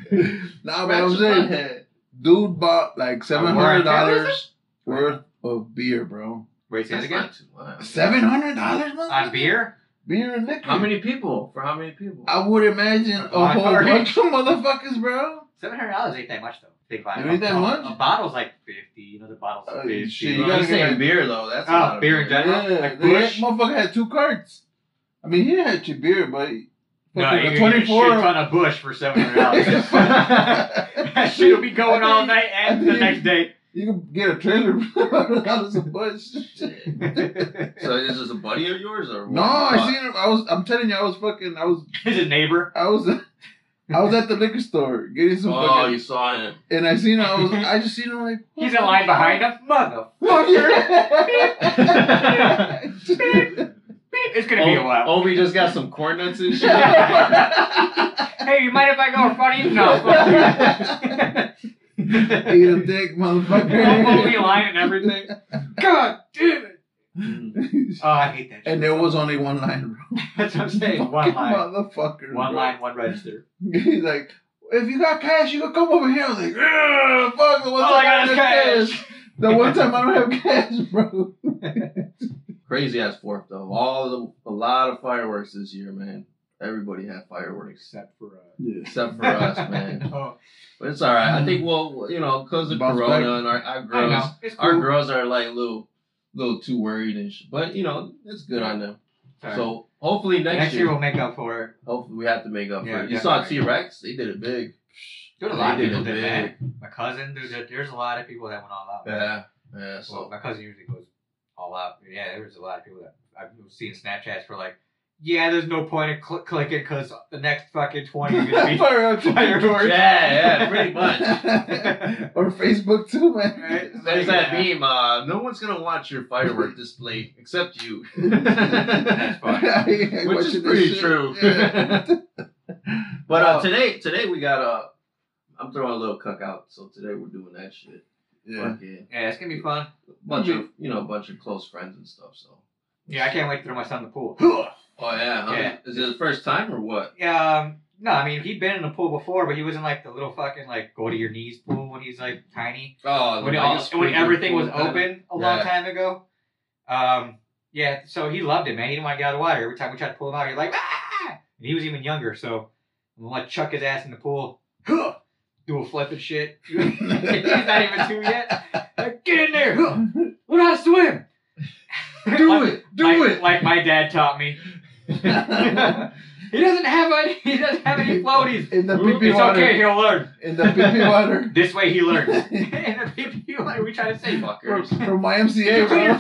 [SPEAKER 3] Nah, man, I'm saying, dude bought like seven hundred dollars worth of beer, bro.
[SPEAKER 2] Wait, say that
[SPEAKER 4] That's
[SPEAKER 2] again.
[SPEAKER 4] not too much.
[SPEAKER 3] Seven hundred dollars,
[SPEAKER 2] On beer?
[SPEAKER 3] Beer and liquor.
[SPEAKER 4] How many people? For how many people?
[SPEAKER 2] Oh,
[SPEAKER 3] I would imagine a
[SPEAKER 2] Block
[SPEAKER 3] whole
[SPEAKER 2] party.
[SPEAKER 3] bunch of motherfuckers, bro.
[SPEAKER 2] Seven hundred dollars ain't that much though. Think about
[SPEAKER 3] It ain't that
[SPEAKER 2] A-
[SPEAKER 3] much?
[SPEAKER 2] A bottle's like fifty. You know the bottle's
[SPEAKER 3] Oh,
[SPEAKER 2] fifty.
[SPEAKER 3] shit,
[SPEAKER 4] you
[SPEAKER 3] you gotta
[SPEAKER 4] I'm
[SPEAKER 3] get
[SPEAKER 4] saying
[SPEAKER 3] like-
[SPEAKER 4] beer though. That's a
[SPEAKER 2] Oh,
[SPEAKER 4] lot of
[SPEAKER 2] beer in general?
[SPEAKER 3] Yeah,
[SPEAKER 2] Like
[SPEAKER 3] that
[SPEAKER 2] Bush?
[SPEAKER 3] motherfucker had two carts. I mean, he had your beer, but
[SPEAKER 2] no,
[SPEAKER 3] fucking
[SPEAKER 2] you're
[SPEAKER 3] a
[SPEAKER 2] gonna get a shit
[SPEAKER 3] 24
[SPEAKER 2] ton of bush for seven hundred dollars. that shit'll be going
[SPEAKER 3] I
[SPEAKER 2] all
[SPEAKER 3] think-
[SPEAKER 2] night and
[SPEAKER 3] I
[SPEAKER 2] the
[SPEAKER 3] think-
[SPEAKER 2] next day.
[SPEAKER 3] you can get a trailer for $100 a bush.
[SPEAKER 2] Is
[SPEAKER 4] So is this a buddy of yours or
[SPEAKER 3] No,
[SPEAKER 4] what?
[SPEAKER 3] I seen him. I was. I'm telling you, I was fucking. I was.
[SPEAKER 2] it neighbor?
[SPEAKER 3] I was. I was at the liquor store getting some
[SPEAKER 4] Oh,
[SPEAKER 3] fucking,
[SPEAKER 4] you saw him.
[SPEAKER 3] and I seen him. I was. I just seen him like
[SPEAKER 2] He's in line behind us. Mother, it's gonna
[SPEAKER 3] Oh,
[SPEAKER 2] be a while.
[SPEAKER 4] Obi Oh, just got some corn nuts and shit.
[SPEAKER 3] oh.
[SPEAKER 2] Hey, you mind if I go in front of you? No, fuck you.
[SPEAKER 3] Eat a dick,
[SPEAKER 2] Whole
[SPEAKER 3] motherfucker.
[SPEAKER 2] movie line and everything. God damn it! Oh, I hate that. Shit.
[SPEAKER 3] and there was only one line, bro.
[SPEAKER 2] That's what I'm saying. One
[SPEAKER 3] Fucking
[SPEAKER 2] line,
[SPEAKER 3] motherfucker. bro.
[SPEAKER 2] one line, one register.
[SPEAKER 3] He's like, if you got cash, you can come over here. I was like, "Ugh, fuck. The one
[SPEAKER 2] Oh,
[SPEAKER 3] time
[SPEAKER 2] I got
[SPEAKER 3] don't
[SPEAKER 2] his
[SPEAKER 3] have
[SPEAKER 2] cash.
[SPEAKER 3] The one time I don't have cash, bro.
[SPEAKER 4] Crazy ass fourth though. All the, a lot of fireworks this year, man. Everybody had fireworks
[SPEAKER 2] Except for uh,
[SPEAKER 3] Yes.
[SPEAKER 4] except for us, man.
[SPEAKER 2] Oh,
[SPEAKER 4] But it's all right. I think we'll, you know, because of
[SPEAKER 3] Bounce
[SPEAKER 4] Corona
[SPEAKER 3] back.
[SPEAKER 4] and our, our
[SPEAKER 2] I don't
[SPEAKER 4] girls,
[SPEAKER 2] know. It's
[SPEAKER 4] our
[SPEAKER 2] cool.
[SPEAKER 4] girls are like little, little too worried and shit. But you know, it's good on them.
[SPEAKER 2] Sorry.
[SPEAKER 4] So hopefully next,
[SPEAKER 2] next,
[SPEAKER 4] year,
[SPEAKER 2] year we'll make up for it.
[SPEAKER 4] hopefully we have to make up
[SPEAKER 2] Yeah,
[SPEAKER 4] for it. You saw T
[SPEAKER 2] definitely.
[SPEAKER 4] Rex? They did it big.
[SPEAKER 2] Dude, a lot of
[SPEAKER 4] They
[SPEAKER 2] people
[SPEAKER 4] it
[SPEAKER 2] did that. My cousin, dude, there- there's a lot of people that went all out.
[SPEAKER 4] Yeah, yeah. So
[SPEAKER 2] Well, my cousin usually goes all out. Yeah, there was a lot of people that I've seen Snapchats for like, yeah, there's no point in cl- clicking because the next fucking 20 are going to
[SPEAKER 3] Fire up
[SPEAKER 2] be fireworks.
[SPEAKER 4] yeah, yeah, pretty much.
[SPEAKER 3] or Facebook too, man.
[SPEAKER 2] Right? It's
[SPEAKER 4] There's
[SPEAKER 2] like,
[SPEAKER 4] that
[SPEAKER 2] yeah.
[SPEAKER 4] meme. Uh, no one's gonna watch your firework display except you,
[SPEAKER 2] That's funny.
[SPEAKER 3] I hate
[SPEAKER 4] which
[SPEAKER 3] watching
[SPEAKER 4] is
[SPEAKER 3] that
[SPEAKER 4] pretty
[SPEAKER 3] shit.
[SPEAKER 4] true.
[SPEAKER 3] Yeah.
[SPEAKER 4] but uh,
[SPEAKER 3] Oh.
[SPEAKER 4] today, today we got Uh, I'm throwing a little cuck out, so today we're doing that shit.
[SPEAKER 3] Yeah.
[SPEAKER 4] Fucking
[SPEAKER 2] Yeah, it's going to be fun.
[SPEAKER 4] bunch of you know, bunch of close friends and stuff. So.
[SPEAKER 2] Yeah, I can't wait to throw my son in the pool.
[SPEAKER 4] Oh yeah. huh?
[SPEAKER 2] Yeah.
[SPEAKER 4] Is it the first time or what?
[SPEAKER 2] Yeah, um, no, I mean, he'd been in the pool before, but he was in like the little fucking like go to your knees pool when he's like tiny.
[SPEAKER 4] Oh,
[SPEAKER 2] when,
[SPEAKER 4] the
[SPEAKER 2] it all,
[SPEAKER 4] biggest
[SPEAKER 2] when
[SPEAKER 4] freaking
[SPEAKER 2] everything
[SPEAKER 4] pool
[SPEAKER 2] was
[SPEAKER 4] kind of-
[SPEAKER 2] open a long
[SPEAKER 4] Yeah.
[SPEAKER 2] time ago. Um, yeah, so he loved it, man. He didn't want to get out of the water. Every time we tried to pull him out, he's like, ah! And he was even younger, so I'm gonna let chuck his ass in the pool, Huh! do a flip and shit. he's not even two yet. Like, get in there, huh! learn how to swim.
[SPEAKER 3] Do
[SPEAKER 2] Like-
[SPEAKER 3] it. Do
[SPEAKER 2] like,
[SPEAKER 3] it.
[SPEAKER 2] Like my dad taught me. he doesn't have any. He doesn't have any floaties.
[SPEAKER 3] In the pee pee
[SPEAKER 2] It's
[SPEAKER 3] water.
[SPEAKER 2] okay. He'll learn.
[SPEAKER 3] In the pee pee water.
[SPEAKER 2] This way he learns. in the PP, like we try to save
[SPEAKER 3] From,
[SPEAKER 4] Fuckers.
[SPEAKER 3] from my
[SPEAKER 2] Did you
[SPEAKER 3] MCA,
[SPEAKER 2] clean your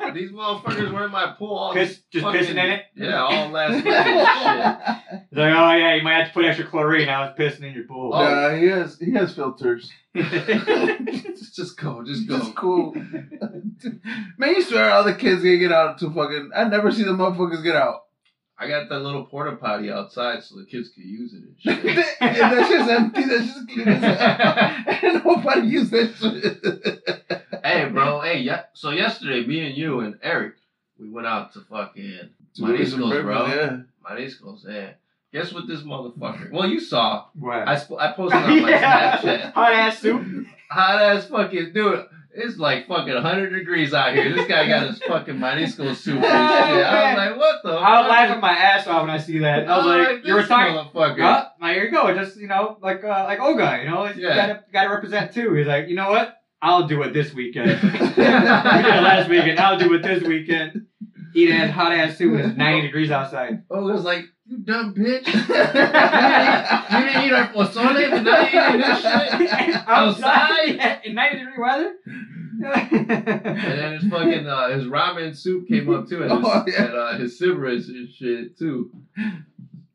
[SPEAKER 3] bro.
[SPEAKER 4] These motherfuckers were in my pool all
[SPEAKER 2] Piss, just
[SPEAKER 4] fucking-
[SPEAKER 2] pissing in it.
[SPEAKER 4] Yeah, all last night and shit.
[SPEAKER 2] It's like, oh yeah, you might have to put extra chlorine. I was pissing in your pool.
[SPEAKER 4] Oh.
[SPEAKER 3] Nah, he has he has filters.
[SPEAKER 4] Just- Just go, just
[SPEAKER 3] It's
[SPEAKER 4] go.
[SPEAKER 3] just cool. Man, you swear all the kids gonna get out too fucking. I never see the motherfuckers get out.
[SPEAKER 4] I got that little porta potty outside so the kids could use it and
[SPEAKER 3] and
[SPEAKER 4] shit.
[SPEAKER 3] that shit's empty. That shit's clean as hell. And nobody used that shit.
[SPEAKER 4] hey, bro. Hey, yeah. So yesterday, me and you and Eric, we went out to fucking
[SPEAKER 3] Tourism
[SPEAKER 4] Mariscos, bro.
[SPEAKER 3] purpose, Yeah.
[SPEAKER 4] Mariscos, man. Guess what this motherfucker? Well, you saw.
[SPEAKER 2] what?
[SPEAKER 4] I, sp- I posted on my Snapchat.
[SPEAKER 2] Hot ass soup.
[SPEAKER 4] Hot ass fucking dude. It's like fucking 100 degrees out here. This guy got his fucking Marisco soup and shit. I was like, what the
[SPEAKER 2] I was
[SPEAKER 4] fuck?
[SPEAKER 2] laughing my ass off when I see that. I was like, you were
[SPEAKER 4] this
[SPEAKER 2] talking.
[SPEAKER 4] Motherfucker.
[SPEAKER 2] Huh? Now here you go. Just you know, like uh, like Olga, you know, he's
[SPEAKER 4] Yeah.
[SPEAKER 2] gotta gotta represent too. He's like, you know what? I'll do it this weekend. we did it last weekend. I'll do it this weekend. Eat ass hot ass soup. It's ninety degrees outside.
[SPEAKER 4] Oh, it was like, you dumb bitch. you didn't eat our pozole, but now you're eating this shit.
[SPEAKER 2] outside in ninety degree weather.
[SPEAKER 4] And then his fucking uh, his ramen soup came up too, and his,
[SPEAKER 3] Oh, yeah.
[SPEAKER 4] and, uh, his cigarettes and shit too.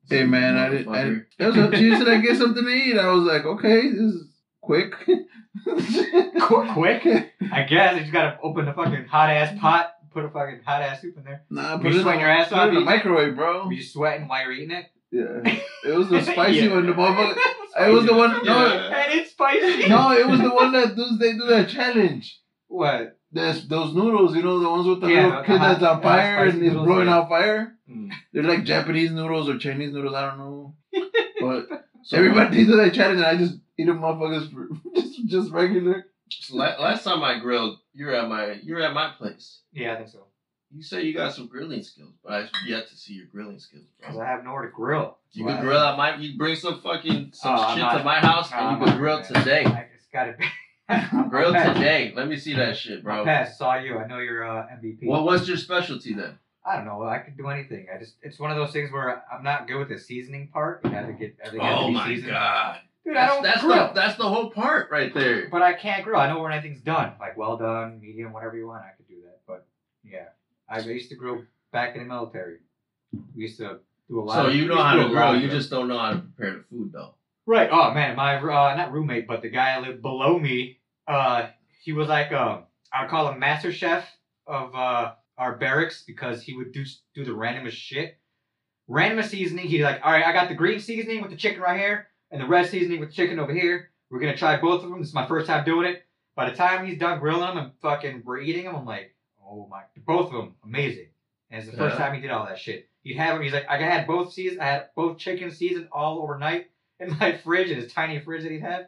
[SPEAKER 3] Hey man, I didn't. I,
[SPEAKER 4] Motherfucker.
[SPEAKER 3] that was up to you. Said I get something to eat. I was like, okay, this is quick.
[SPEAKER 2] Qu- quick. I guess you just gotta open the fucking hot ass pot, put a fucking hot ass soup in there.
[SPEAKER 3] Nah,
[SPEAKER 2] You
[SPEAKER 3] put it in
[SPEAKER 2] swing
[SPEAKER 3] the-
[SPEAKER 2] your ass
[SPEAKER 3] put it
[SPEAKER 2] off,
[SPEAKER 3] in the
[SPEAKER 2] you-
[SPEAKER 3] microwave, bro.
[SPEAKER 2] Were you sweating while you're eating it?
[SPEAKER 3] Yeah, it was the spicy one. The motherfucker. It was the one. No,
[SPEAKER 4] Yeah.
[SPEAKER 2] And it's spicy.
[SPEAKER 3] no, it was the one that dudes they do that challenge.
[SPEAKER 2] What?
[SPEAKER 3] There's those noodles, you know, the ones with the
[SPEAKER 2] Yeah,
[SPEAKER 3] little
[SPEAKER 2] the-
[SPEAKER 3] kid
[SPEAKER 2] the hot-
[SPEAKER 3] that's on
[SPEAKER 2] the hot
[SPEAKER 3] fire and
[SPEAKER 2] spicy
[SPEAKER 3] is
[SPEAKER 2] noodles,
[SPEAKER 3] blowing
[SPEAKER 2] yeah. Hmm.
[SPEAKER 3] out fire.
[SPEAKER 4] Mm.
[SPEAKER 3] They're like Japanese noodles or Chinese noodles. I don't know, but
[SPEAKER 4] So,
[SPEAKER 3] everybody they do that challenge, and I just eat them motherfuckers for just just regular.
[SPEAKER 4] so la- last time I grilled, you were at my you were at my place.
[SPEAKER 2] Yeah, I think so.
[SPEAKER 4] You say you got some grilling skills, but I've yet to see your grilling skills,
[SPEAKER 2] Because
[SPEAKER 4] bro.
[SPEAKER 2] I have nowhere to grill.
[SPEAKER 4] You
[SPEAKER 3] Wow.
[SPEAKER 4] can grill at my. You bring some fucking some
[SPEAKER 2] Oh, I'm
[SPEAKER 4] shit
[SPEAKER 2] not-
[SPEAKER 4] to my house,
[SPEAKER 2] No,
[SPEAKER 4] and
[SPEAKER 2] I'm
[SPEAKER 4] you can
[SPEAKER 2] not
[SPEAKER 4] grill
[SPEAKER 2] doing that.
[SPEAKER 4] today.
[SPEAKER 2] I just got to be.
[SPEAKER 4] Grill
[SPEAKER 2] Pass.
[SPEAKER 4] today. Let me see that shit, bro.
[SPEAKER 2] Pass. It's all you. I know you're uh, MVP.
[SPEAKER 4] What what's your specialty then?
[SPEAKER 2] I don't know. I could do anything. I just it's one of those things where I'm not good with the seasoning part. You have to get everything has to
[SPEAKER 4] Oh
[SPEAKER 2] be
[SPEAKER 4] my
[SPEAKER 2] seasoned.
[SPEAKER 4] god.
[SPEAKER 2] Dude, I
[SPEAKER 4] That's,
[SPEAKER 2] don't
[SPEAKER 4] that's
[SPEAKER 2] grill.
[SPEAKER 4] the that's the whole part right there.
[SPEAKER 2] But I can't grill. I know when anything's done, like well done, medium, whatever you want. I could do that. But yeah, I used to grill back in the military. We used to do a lot.
[SPEAKER 4] So
[SPEAKER 2] of-
[SPEAKER 4] you
[SPEAKER 2] we
[SPEAKER 4] know
[SPEAKER 2] used
[SPEAKER 4] how
[SPEAKER 2] do
[SPEAKER 4] to
[SPEAKER 2] a lot
[SPEAKER 4] grill,
[SPEAKER 2] of
[SPEAKER 4] you
[SPEAKER 2] grill.
[SPEAKER 4] just don't know how to prepare the food though.
[SPEAKER 2] right. Oh man, my uh, not roommate, but the guy that lived below me. Uh, he was like um, I would call him master chef of uh our barracks because he would do do the randomest shit, randomest seasoning. He'd be like, all right, I got the green seasoning with the chicken right here, and the red seasoning with chicken over here. We're gonna try both of them. This is my first time doing it. By the time he's done grilling them and fucking we're eating them, I'm like, oh my, both of them amazing. And it's the first
[SPEAKER 4] Yeah.
[SPEAKER 2] time he did all that shit. He'd have them. He's like, I had both seasons. I had both chicken seasoned all overnight in my fridge in his tiny fridge that he had.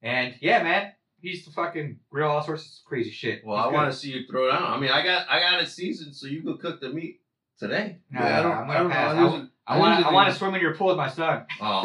[SPEAKER 2] And yeah, man, he used to fucking grill all sorts of crazy shit.
[SPEAKER 4] Well,
[SPEAKER 2] He's
[SPEAKER 4] I
[SPEAKER 2] good.
[SPEAKER 4] want to see you throw it out. I mean, I got I got it seasoned, so you could cook the meat today.
[SPEAKER 2] No,
[SPEAKER 3] Yeah, I
[SPEAKER 2] no,
[SPEAKER 3] don't.
[SPEAKER 2] I'm
[SPEAKER 3] I
[SPEAKER 2] gonna
[SPEAKER 3] don't know. I
[SPEAKER 2] pass. I
[SPEAKER 3] usually-
[SPEAKER 2] I want. I
[SPEAKER 3] usually-
[SPEAKER 2] want to swim in your pool with my son.
[SPEAKER 4] Oh,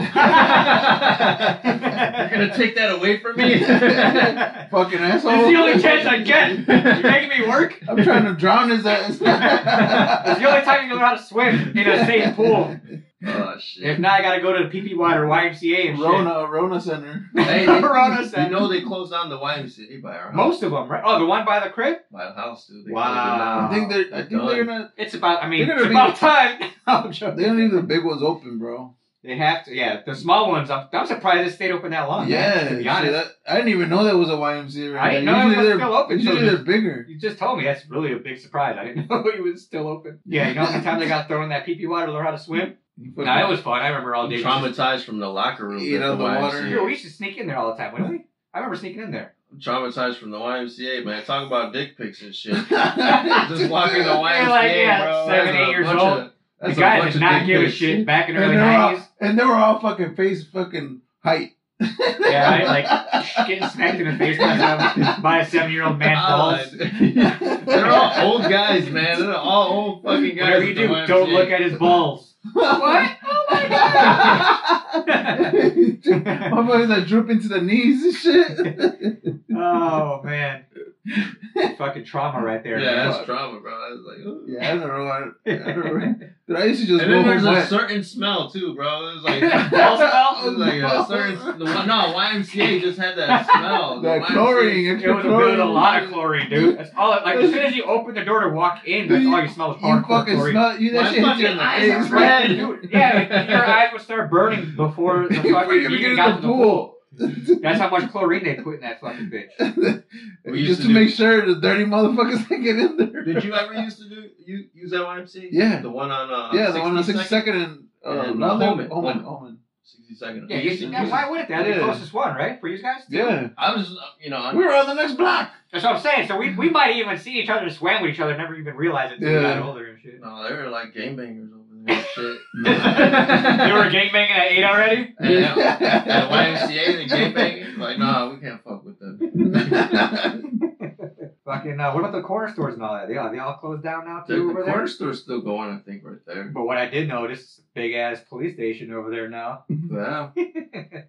[SPEAKER 4] you're gonna take that away from me?
[SPEAKER 2] it's
[SPEAKER 3] Fucking
[SPEAKER 2] the
[SPEAKER 3] asshole.
[SPEAKER 2] only chance I get. You're making me work.
[SPEAKER 3] I'm trying to drown his ass.
[SPEAKER 2] It's the only time you learn how to swim in a safe pool.
[SPEAKER 4] oh
[SPEAKER 2] If
[SPEAKER 4] shit!
[SPEAKER 2] not, I gotta go to the PP Water YMCA and shit.
[SPEAKER 3] Rona, Rona Center.
[SPEAKER 4] Hey, they-
[SPEAKER 2] Corona
[SPEAKER 4] you
[SPEAKER 2] said-
[SPEAKER 4] know they closed down the YMCA by our house.
[SPEAKER 2] Most of them, right? Oh, the one by the crib.
[SPEAKER 4] by the house, dude. They
[SPEAKER 2] Wow.
[SPEAKER 3] I think they're. I think they're gonna.
[SPEAKER 2] It's about. I mean,
[SPEAKER 3] They're
[SPEAKER 2] it's
[SPEAKER 3] gonna
[SPEAKER 2] about time. I'm
[SPEAKER 3] They're
[SPEAKER 2] joking.
[SPEAKER 3] gonna leave the big ones open, bro.
[SPEAKER 2] They have to. Yeah, the small ones. I'm, I'm surprised it stayed open that long. Oh, man,
[SPEAKER 3] yeah,
[SPEAKER 2] to be
[SPEAKER 3] shit,
[SPEAKER 2] honest.
[SPEAKER 3] that- I didn't even know that was a YMCA. Right
[SPEAKER 2] I didn't
[SPEAKER 3] there.
[SPEAKER 2] know it
[SPEAKER 3] usually
[SPEAKER 2] was
[SPEAKER 3] they're,
[SPEAKER 2] still open, so-
[SPEAKER 3] Usually they're bigger.
[SPEAKER 2] You just told me that's really a big surprise. I didn't know it was still open. Yeah, you know how many times I got thrown in that pee pee water to learn how to swim?
[SPEAKER 3] You
[SPEAKER 2] No, it was fun. I remember all
[SPEAKER 4] I'm
[SPEAKER 2] day.
[SPEAKER 4] traumatized from the locker room.
[SPEAKER 3] Eat
[SPEAKER 4] at
[SPEAKER 3] out the water.
[SPEAKER 4] YMCA.
[SPEAKER 2] Dude, we used to sneak in there all the time, wouldn't we? I remember sneaking in there.
[SPEAKER 4] I'm traumatized from the YMCA, man. Talking about dick pics and shit.
[SPEAKER 3] fucking-
[SPEAKER 4] Just walking the
[SPEAKER 3] That's
[SPEAKER 4] YMCA,
[SPEAKER 2] yeah,
[SPEAKER 4] bro.
[SPEAKER 2] seven,
[SPEAKER 4] That's
[SPEAKER 2] eight
[SPEAKER 4] a
[SPEAKER 2] years
[SPEAKER 4] bunch
[SPEAKER 2] old.
[SPEAKER 4] of- that's
[SPEAKER 2] the guy
[SPEAKER 4] bunch
[SPEAKER 2] did
[SPEAKER 4] of
[SPEAKER 2] not
[SPEAKER 4] dick
[SPEAKER 2] give a
[SPEAKER 4] pics.
[SPEAKER 2] shit back in the
[SPEAKER 3] And
[SPEAKER 2] early
[SPEAKER 3] they're all-
[SPEAKER 2] 90s.
[SPEAKER 3] And they were all fucking face fucking height.
[SPEAKER 2] Yeah, right? Like, getting smacked in the face by, some, by a seven year old man
[SPEAKER 4] Oh,
[SPEAKER 2] dolls.
[SPEAKER 4] They're all old guys, man. They're all old fucking guys.
[SPEAKER 2] Whatever you
[SPEAKER 4] at the
[SPEAKER 2] do,
[SPEAKER 4] YMCA.
[SPEAKER 2] don't look at his balls. what? Oh my god!
[SPEAKER 3] Motherfuckers that droop into the knees and shit.
[SPEAKER 2] oh man. Fucking trauma right there.
[SPEAKER 4] Yeah,
[SPEAKER 2] man.
[SPEAKER 4] that's trauma, bro. I was like, Ooh.
[SPEAKER 3] yeah, I don't know. I, I don't know. Dude, I used to just
[SPEAKER 4] and
[SPEAKER 3] go
[SPEAKER 4] then
[SPEAKER 3] home
[SPEAKER 4] there's a
[SPEAKER 3] wet. Oh,
[SPEAKER 4] certain smell too, bro. It was like,
[SPEAKER 2] Ball
[SPEAKER 4] it
[SPEAKER 2] smell?
[SPEAKER 4] was like a certain. The, one- Oh, no, YMCA just had that smell.
[SPEAKER 3] That
[SPEAKER 4] YMCA
[SPEAKER 3] chlorine,
[SPEAKER 2] It
[SPEAKER 3] extra
[SPEAKER 2] would have been
[SPEAKER 3] chlorine.
[SPEAKER 2] a lot of chlorine, dude. That's all. It, like as soon as you open the door to walk in, that's all you smell is
[SPEAKER 3] You
[SPEAKER 2] hardcore
[SPEAKER 3] fucking
[SPEAKER 2] chlorine.
[SPEAKER 3] smell you
[SPEAKER 4] My
[SPEAKER 3] that shit hit you
[SPEAKER 4] fucking
[SPEAKER 3] in
[SPEAKER 4] eyes
[SPEAKER 3] the
[SPEAKER 4] are
[SPEAKER 3] face,
[SPEAKER 4] red.
[SPEAKER 3] right?
[SPEAKER 2] Dude, yeah, your eyes would start burning before the
[SPEAKER 3] Before you
[SPEAKER 2] fucking you
[SPEAKER 3] get
[SPEAKER 2] even
[SPEAKER 3] in
[SPEAKER 2] got
[SPEAKER 3] the
[SPEAKER 2] to the pool.
[SPEAKER 3] pool.
[SPEAKER 2] That's how much chlorine they put in that fucking bitch.
[SPEAKER 4] We used
[SPEAKER 3] just
[SPEAKER 4] to
[SPEAKER 3] to,
[SPEAKER 4] do-
[SPEAKER 3] make sure the dirty motherfuckers didn't get in there.
[SPEAKER 4] Did you ever used to do you use that YMCA?
[SPEAKER 3] Yeah.
[SPEAKER 4] the one on uh,
[SPEAKER 3] yeah, the one on
[SPEAKER 4] 60
[SPEAKER 3] sixty second and uh,
[SPEAKER 4] And
[SPEAKER 3] London-
[SPEAKER 4] Holman.
[SPEAKER 3] Holman,
[SPEAKER 4] Holman.
[SPEAKER 3] Holman.
[SPEAKER 4] Sixty second.
[SPEAKER 2] Yeah, you, yeah, why wouldn't that? That'd be the
[SPEAKER 3] Yeah.
[SPEAKER 2] closest one, right, for you guys?
[SPEAKER 3] Yeah,
[SPEAKER 4] I was, uh, you know,
[SPEAKER 3] we
[SPEAKER 4] I,
[SPEAKER 3] were on the next block.
[SPEAKER 2] That's what I'm saying. So we, we might even see each other swam with each other, never even realize it until we
[SPEAKER 3] Yeah.
[SPEAKER 2] got older and shit.
[SPEAKER 4] no, they were like gangbangers over there. and Shit.
[SPEAKER 3] No.
[SPEAKER 2] you were gangbanging at eight already.
[SPEAKER 4] Yeah. At YMCA, the gangbangers, like, nah, we can't fuck with them.
[SPEAKER 2] Fucking. Uh, what about the corner stores and all that? They all they all closed down now
[SPEAKER 4] The,
[SPEAKER 2] too.
[SPEAKER 4] the
[SPEAKER 2] over there?
[SPEAKER 4] corner store's still going, I think, right there.
[SPEAKER 2] But what I did notice, is a big ass police station over there now.
[SPEAKER 4] Yeah.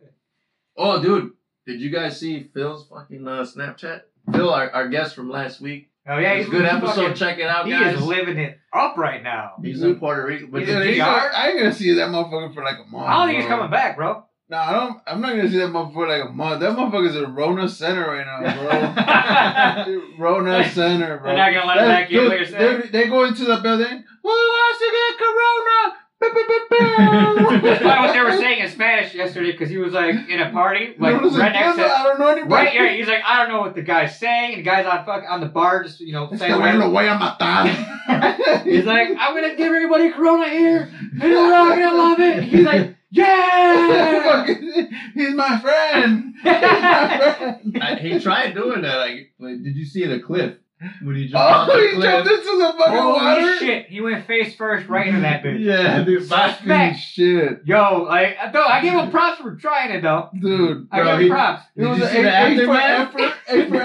[SPEAKER 4] oh, dude, did you guys see Phil's fucking uh, Snapchat? Phil, our, our guest from last week.
[SPEAKER 2] Oh yeah,
[SPEAKER 4] It was
[SPEAKER 2] he's
[SPEAKER 4] a good episode.
[SPEAKER 2] fucking-
[SPEAKER 4] Check it out,
[SPEAKER 2] he
[SPEAKER 4] guys.
[SPEAKER 2] is living it up right now.
[SPEAKER 4] He's in Puerto Rico. But
[SPEAKER 2] He's
[SPEAKER 4] did
[SPEAKER 2] a
[SPEAKER 4] you-
[SPEAKER 2] big-
[SPEAKER 3] I I ain't gonna see that motherfucker for like a month.
[SPEAKER 2] I don't think he's
[SPEAKER 3] bro.
[SPEAKER 2] coming back, bro.
[SPEAKER 3] No, I don't. I'm not gonna see that motherfucker for like a month. That motherfucker's in Rona Center right now,
[SPEAKER 2] They're
[SPEAKER 3] bro. Rona Center, bro.
[SPEAKER 2] not gonna let
[SPEAKER 3] That-
[SPEAKER 2] him back in.
[SPEAKER 3] dude,
[SPEAKER 2] What you're saying?
[SPEAKER 3] They, they go into the building. Who wants to get Corona? Beep, beep, beep, beep.
[SPEAKER 2] That's probably what they were saying in Spanish yesterday because he was like in a party,
[SPEAKER 3] You know
[SPEAKER 2] like
[SPEAKER 3] what I'm saying?
[SPEAKER 2] right next to.
[SPEAKER 3] I don't know anybody.
[SPEAKER 2] Right, yeah, he's like, I don't know what the guy's saying, and the guy's on fuck on the bar, just you know,
[SPEAKER 3] Este
[SPEAKER 2] saying
[SPEAKER 3] güey
[SPEAKER 2] whatever.
[SPEAKER 3] lo voy a matar.
[SPEAKER 2] He's like, I'm gonna give everybody Corona here, and they're all gonna love it. He's like, yeah.
[SPEAKER 3] Fucking- he's my friend. He's my friend.
[SPEAKER 4] I, he tried doing that. Like, like, did you see the cliff? When he jumped off
[SPEAKER 3] Oh,
[SPEAKER 4] the
[SPEAKER 3] he
[SPEAKER 4] cliff?
[SPEAKER 3] jumped into the fucking
[SPEAKER 2] Holy
[SPEAKER 3] water.
[SPEAKER 2] shit! He went face first right into that bitch.
[SPEAKER 4] Yeah, dude. Bye.
[SPEAKER 3] Fucking shit,
[SPEAKER 2] Yo, like, I- though I give him props for trying it though.
[SPEAKER 3] dude.
[SPEAKER 2] I
[SPEAKER 4] Bro,
[SPEAKER 2] give him
[SPEAKER 4] he-
[SPEAKER 2] props.
[SPEAKER 3] It was
[SPEAKER 4] you
[SPEAKER 3] an
[SPEAKER 4] see the
[SPEAKER 3] A, a for
[SPEAKER 4] aftermath?
[SPEAKER 3] effort. A for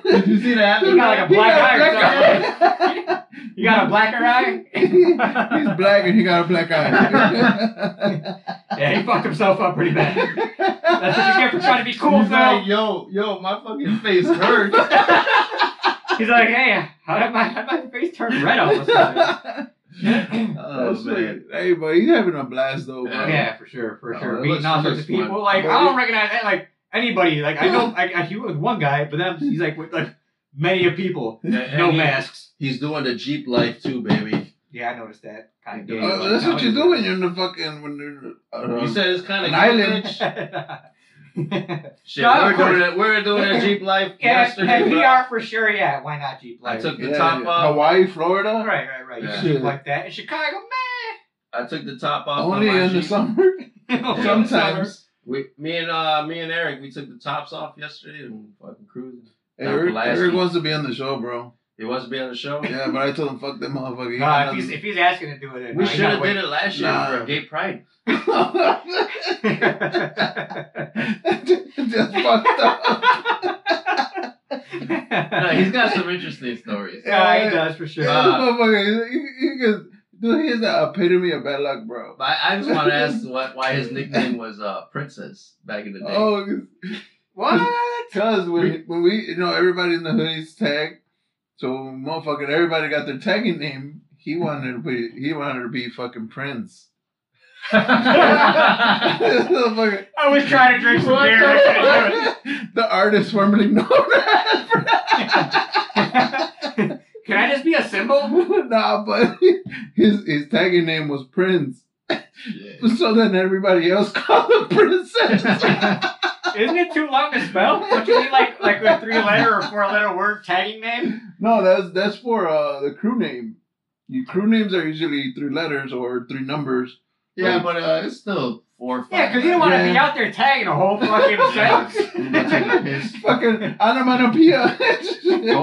[SPEAKER 3] effort.
[SPEAKER 4] Did you see that?
[SPEAKER 2] He got like a
[SPEAKER 3] He
[SPEAKER 2] black
[SPEAKER 3] got
[SPEAKER 2] eye or
[SPEAKER 3] black
[SPEAKER 2] something.
[SPEAKER 3] eye.
[SPEAKER 2] He You got a blacker
[SPEAKER 3] He's
[SPEAKER 2] eye?
[SPEAKER 3] black and he got a black eye.
[SPEAKER 2] yeah, he fucked himself up pretty bad. That's what you get for trying to be cool,
[SPEAKER 4] He's
[SPEAKER 2] Phil.
[SPEAKER 4] like, yo, yo, my fucking face Oh, hurts.
[SPEAKER 2] He's like, hey, how did my, how did my face turn red all of a sudden?
[SPEAKER 4] oh
[SPEAKER 3] That's it. Hey, but he's having a blast though, bro.
[SPEAKER 2] yeah, for sure, for
[SPEAKER 4] Oh,
[SPEAKER 2] sure.
[SPEAKER 4] it
[SPEAKER 2] Meeting
[SPEAKER 4] looks-
[SPEAKER 2] all
[SPEAKER 4] it
[SPEAKER 2] sorts
[SPEAKER 4] looks
[SPEAKER 2] of people.
[SPEAKER 4] fun.
[SPEAKER 2] Like,
[SPEAKER 3] But
[SPEAKER 2] I don't
[SPEAKER 3] it-
[SPEAKER 2] recognize that, like anybody. Like, I know I, I he was with one guy, but then he's like with like many of people. No
[SPEAKER 4] no man.
[SPEAKER 2] masks.
[SPEAKER 4] He's doing the Jeep life too, baby.
[SPEAKER 2] Yeah, I noticed that. Kind of
[SPEAKER 4] Yeah,
[SPEAKER 3] Uh,
[SPEAKER 4] like,
[SPEAKER 3] that's what you're doing. You're in the fucking when you're, uh,
[SPEAKER 4] You said it's kind of
[SPEAKER 3] An island.
[SPEAKER 4] Shit,
[SPEAKER 2] No,
[SPEAKER 4] we're
[SPEAKER 2] of course.
[SPEAKER 4] doing it. We're doing that Jeep life
[SPEAKER 2] yeah,
[SPEAKER 4] yesterday.
[SPEAKER 2] and we
[SPEAKER 4] bro.
[SPEAKER 2] are for sure. Yeah, why not Jeep?
[SPEAKER 4] I
[SPEAKER 2] Like,
[SPEAKER 4] took the
[SPEAKER 3] yeah,
[SPEAKER 4] top off.
[SPEAKER 3] Hawaii, Florida.
[SPEAKER 2] All right, right, right. You
[SPEAKER 4] Yeah.
[SPEAKER 2] can Jeep like that in Chicago,
[SPEAKER 4] I took the top off.
[SPEAKER 3] Only
[SPEAKER 4] on my
[SPEAKER 3] in the
[SPEAKER 4] Jeep.
[SPEAKER 3] summer.
[SPEAKER 2] man.
[SPEAKER 3] Sometimes.
[SPEAKER 4] We, me and uh, me and Eric, we took the tops off yesterday and we fucking cruising.
[SPEAKER 3] Hey,
[SPEAKER 4] Not
[SPEAKER 3] Eric,
[SPEAKER 4] blasting.
[SPEAKER 3] Eric wants to be on the show, bro.
[SPEAKER 4] He wants to be on the show.
[SPEAKER 3] Yeah, but I told him fuck that motherfucker. He
[SPEAKER 2] Nah,
[SPEAKER 3] got
[SPEAKER 2] if he's,
[SPEAKER 3] nothing-
[SPEAKER 2] if he's asking to do it,
[SPEAKER 4] Oh We
[SPEAKER 2] I
[SPEAKER 4] should have
[SPEAKER 2] gotta
[SPEAKER 4] did it last year
[SPEAKER 3] Nah.
[SPEAKER 4] for Gay Pride.
[SPEAKER 2] wait.
[SPEAKER 3] Just fucked up.
[SPEAKER 4] No, he's got some interesting stories.
[SPEAKER 2] Yeah, he does for sure.
[SPEAKER 3] Yeah,
[SPEAKER 4] Uh,
[SPEAKER 3] motherfucker. You, you can, dude, he's the epitome of bad luck, bro.
[SPEAKER 4] But I, I just want to ask what, why his nickname was uh, Princess back in the day.
[SPEAKER 3] Oh,
[SPEAKER 2] what?
[SPEAKER 3] Cause when when we you know everybody in the hoodies tag, so motherfucking everybody got their tagging name. He wanted to be he wanted to be fucking Prince. Motherfucker.
[SPEAKER 2] I was trying to drink some
[SPEAKER 4] What
[SPEAKER 2] beer.
[SPEAKER 4] the
[SPEAKER 2] I couldn't do it.
[SPEAKER 3] the artist formerly known as
[SPEAKER 2] Can I just be a symbol?
[SPEAKER 3] Prince. Nah, but his his tagging name was Prince.
[SPEAKER 4] Shit.
[SPEAKER 3] So then everybody else called him Princess.
[SPEAKER 2] Isn't it too long to spell? Don't you need like like a three letter or four letter word tagging name?
[SPEAKER 3] no, that's that's for uh the crew name. Your crew names are usually three letters or three numbers.
[SPEAKER 4] Yeah, but uh, it's still four or five.
[SPEAKER 2] Yeah, because you don't want to be out there tagging a whole fucking
[SPEAKER 4] Take a
[SPEAKER 2] sentence.
[SPEAKER 4] piss.
[SPEAKER 3] Fucking onomatopoeia.
[SPEAKER 4] Ho-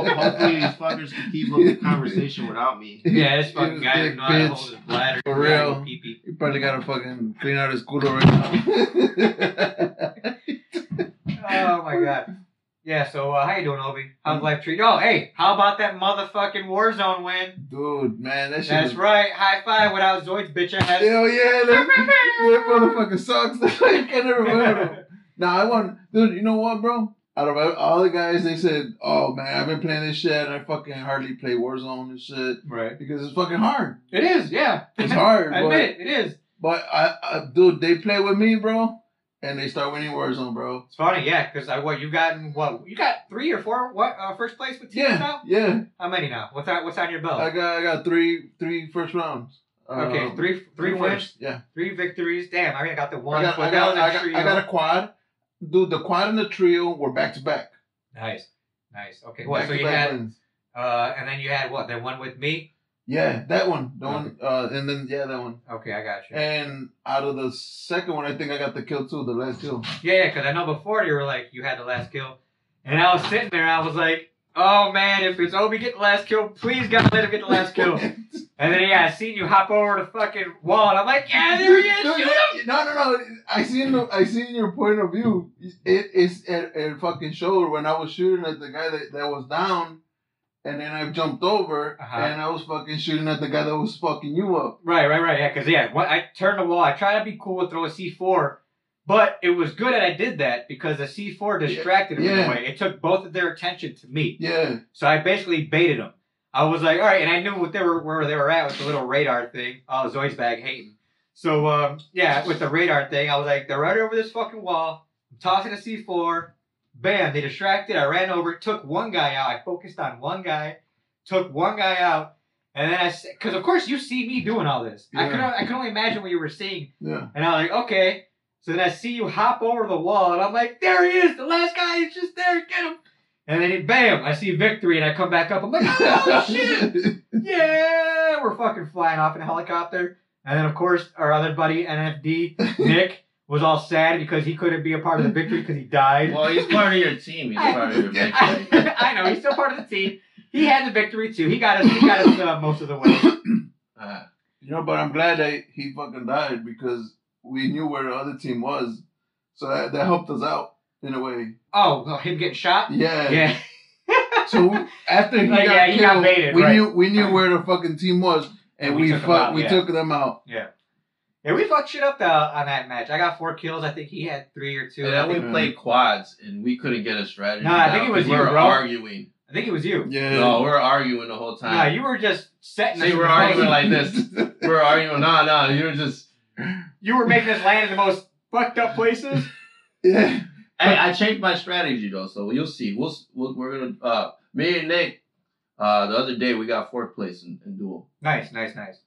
[SPEAKER 4] Hopefully these fuckers can keep up the conversation without me.
[SPEAKER 2] yeah, this
[SPEAKER 3] You
[SPEAKER 2] fucking guy
[SPEAKER 3] big
[SPEAKER 2] is not a
[SPEAKER 3] bitch.
[SPEAKER 2] his bladder.
[SPEAKER 3] For
[SPEAKER 2] Yeah,
[SPEAKER 3] real.
[SPEAKER 2] pee-pee.
[SPEAKER 3] He probably gotta fucking clean out his culo right now.
[SPEAKER 2] Oh my god. Yeah, so uh, how you doing, Obi?
[SPEAKER 3] Mm.
[SPEAKER 2] How's life treating? you? Oh, hey, how about that motherfucking Warzone win?
[SPEAKER 3] Dude, man, that shit
[SPEAKER 2] That's
[SPEAKER 3] is
[SPEAKER 2] right. High five without Zoid's bitch ass.
[SPEAKER 3] Hell yeah, that, that motherfucker sucks. I can never wear him. Nah, I want, dude. You know what, bro? Out of all the guys, they said, "Oh man, I've been playing this shit, and I fucking hardly play Warzone and shit
[SPEAKER 2] Right.
[SPEAKER 3] because it's fucking hard.
[SPEAKER 2] It is. Yeah.
[SPEAKER 3] It's hard,
[SPEAKER 2] I
[SPEAKER 3] but
[SPEAKER 2] admit it. It is.
[SPEAKER 3] but I, I, dude, they play with me, bro, and they start winning Warzone, bro.
[SPEAKER 2] It's funny, yeah, because I what you gotten what you got three or four what uh, first place with teams
[SPEAKER 3] Yeah,
[SPEAKER 2] now?
[SPEAKER 3] yeah.
[SPEAKER 2] How many now? What's on what's on your belt?
[SPEAKER 3] I got I got three three first rounds.
[SPEAKER 2] okay,
[SPEAKER 3] Um,
[SPEAKER 2] three three wins,
[SPEAKER 3] first, Yeah,
[SPEAKER 2] three victories. Damn, I mean I got the
[SPEAKER 3] I
[SPEAKER 2] one.
[SPEAKER 3] got,
[SPEAKER 2] but
[SPEAKER 3] I,
[SPEAKER 2] that
[SPEAKER 3] got,
[SPEAKER 2] was a
[SPEAKER 3] I, got,
[SPEAKER 2] trio.
[SPEAKER 3] I got a quad. Dude, the quad and the trio were back to back.
[SPEAKER 2] nice, nice. Okay, what?
[SPEAKER 3] Back
[SPEAKER 2] So
[SPEAKER 3] to
[SPEAKER 2] you
[SPEAKER 3] back
[SPEAKER 2] had
[SPEAKER 3] wins.
[SPEAKER 2] uh, and then you had what? Then one with me.
[SPEAKER 3] Yeah, that one. The
[SPEAKER 2] Okay.
[SPEAKER 3] one uh and then yeah, that one.
[SPEAKER 2] Okay, I got you.
[SPEAKER 3] And out of the second one, I think I got the kill too, the last kill.
[SPEAKER 2] Yeah, yeah, because I know before you were like you had the last kill, and I was sitting there, I was like, oh man, if it's Obi get the last kill, please God let him get the last kill. Ah, and then yeah, I seen you hop over the fucking wall, and I'm like, yeah, there he
[SPEAKER 3] No,
[SPEAKER 2] is. shoot him!
[SPEAKER 3] No, no, no. I seen the, I seen your point of view. It is it, it fucking showed when I was shooting at the guy that, that was down and then I jumped over
[SPEAKER 2] Uh-huh.
[SPEAKER 3] and I was fucking shooting at the guy that was fucking you up.
[SPEAKER 2] Right, right, right. Yeah, because yeah, when I turned the wall. I tried to be cool and throw a C four, but it was good that I did that because the C four distracted him in
[SPEAKER 3] Yeah.
[SPEAKER 2] a way. It took both of their attention to me,
[SPEAKER 3] Yeah.
[SPEAKER 2] so I basically baited them. I was like, all right, and I knew what they were where they were at with the little radar thing. Oh, Zoid's bag hating. So um, yeah, with the radar thing, I was like, they're right over this fucking wall. I'm tossing a C four. Bam! They distracted. I ran over, took one guy out. I focused on one guy, took one guy out, and then I, because of course you see me doing all this. I
[SPEAKER 3] Yeah.
[SPEAKER 2] could I could only imagine what you were seeing,
[SPEAKER 3] Yeah.
[SPEAKER 2] and I'm like, okay. So then I see you hop over the wall, and I'm like, there he is. The last guy is just there. Get him. And then it, bam! I see victory, and I come back up. I'm like, oh shit! Yeah, we're fucking flying off in a helicopter. And then of course our other buddy NFD Nick was all sad because he couldn't be a part of the victory because he died.
[SPEAKER 4] Well, he's part of your team. He's part of your
[SPEAKER 2] I,
[SPEAKER 4] victory.
[SPEAKER 2] I know he's still part of the team. He had the victory too. He got us. He got us uh, most of the way.
[SPEAKER 4] Uh,
[SPEAKER 3] You know, but I'm glad that he fucking died because we knew where the other team was. So that, that helped us out in a way.
[SPEAKER 2] Oh, well, him getting oh, shot.
[SPEAKER 3] Yeah.
[SPEAKER 2] Yeah.
[SPEAKER 3] So we, after he
[SPEAKER 2] Like,
[SPEAKER 3] got
[SPEAKER 2] yeah,
[SPEAKER 3] killed,
[SPEAKER 2] he got baited,
[SPEAKER 3] we
[SPEAKER 2] right.
[SPEAKER 3] knew we knew where the fucking team was, and,
[SPEAKER 2] And we
[SPEAKER 3] we
[SPEAKER 2] took 'em
[SPEAKER 3] fuck,
[SPEAKER 2] out,
[SPEAKER 3] we
[SPEAKER 2] yeah.
[SPEAKER 3] took them out.
[SPEAKER 2] Yeah, we fucked shit up though on that match. I got four kills. I think he had three or two.
[SPEAKER 4] And
[SPEAKER 2] I
[SPEAKER 4] then
[SPEAKER 2] think,
[SPEAKER 4] we played quads, and we couldn't get a strategy.
[SPEAKER 2] Nah, I think
[SPEAKER 4] down
[SPEAKER 2] it was
[SPEAKER 4] 'cause
[SPEAKER 2] you,
[SPEAKER 4] we were
[SPEAKER 2] bro.
[SPEAKER 4] arguing.
[SPEAKER 2] I think it was you.
[SPEAKER 3] Yeah.
[SPEAKER 4] No, we were arguing the whole time.
[SPEAKER 2] Nah, you were just setting.
[SPEAKER 4] See,
[SPEAKER 2] us
[SPEAKER 4] we're
[SPEAKER 2] the
[SPEAKER 4] arguing
[SPEAKER 2] most-
[SPEAKER 4] like this. we were arguing. Nah, nah. You were just.
[SPEAKER 2] you were making us land in the most fucked up places.
[SPEAKER 3] yeah.
[SPEAKER 4] Hey, I changed my strategy though, so you'll see. We'll, s- we'll we're gonna uh me and Nick. Uh, the other day we got fourth place in, in duel.
[SPEAKER 2] Nice, nice, nice.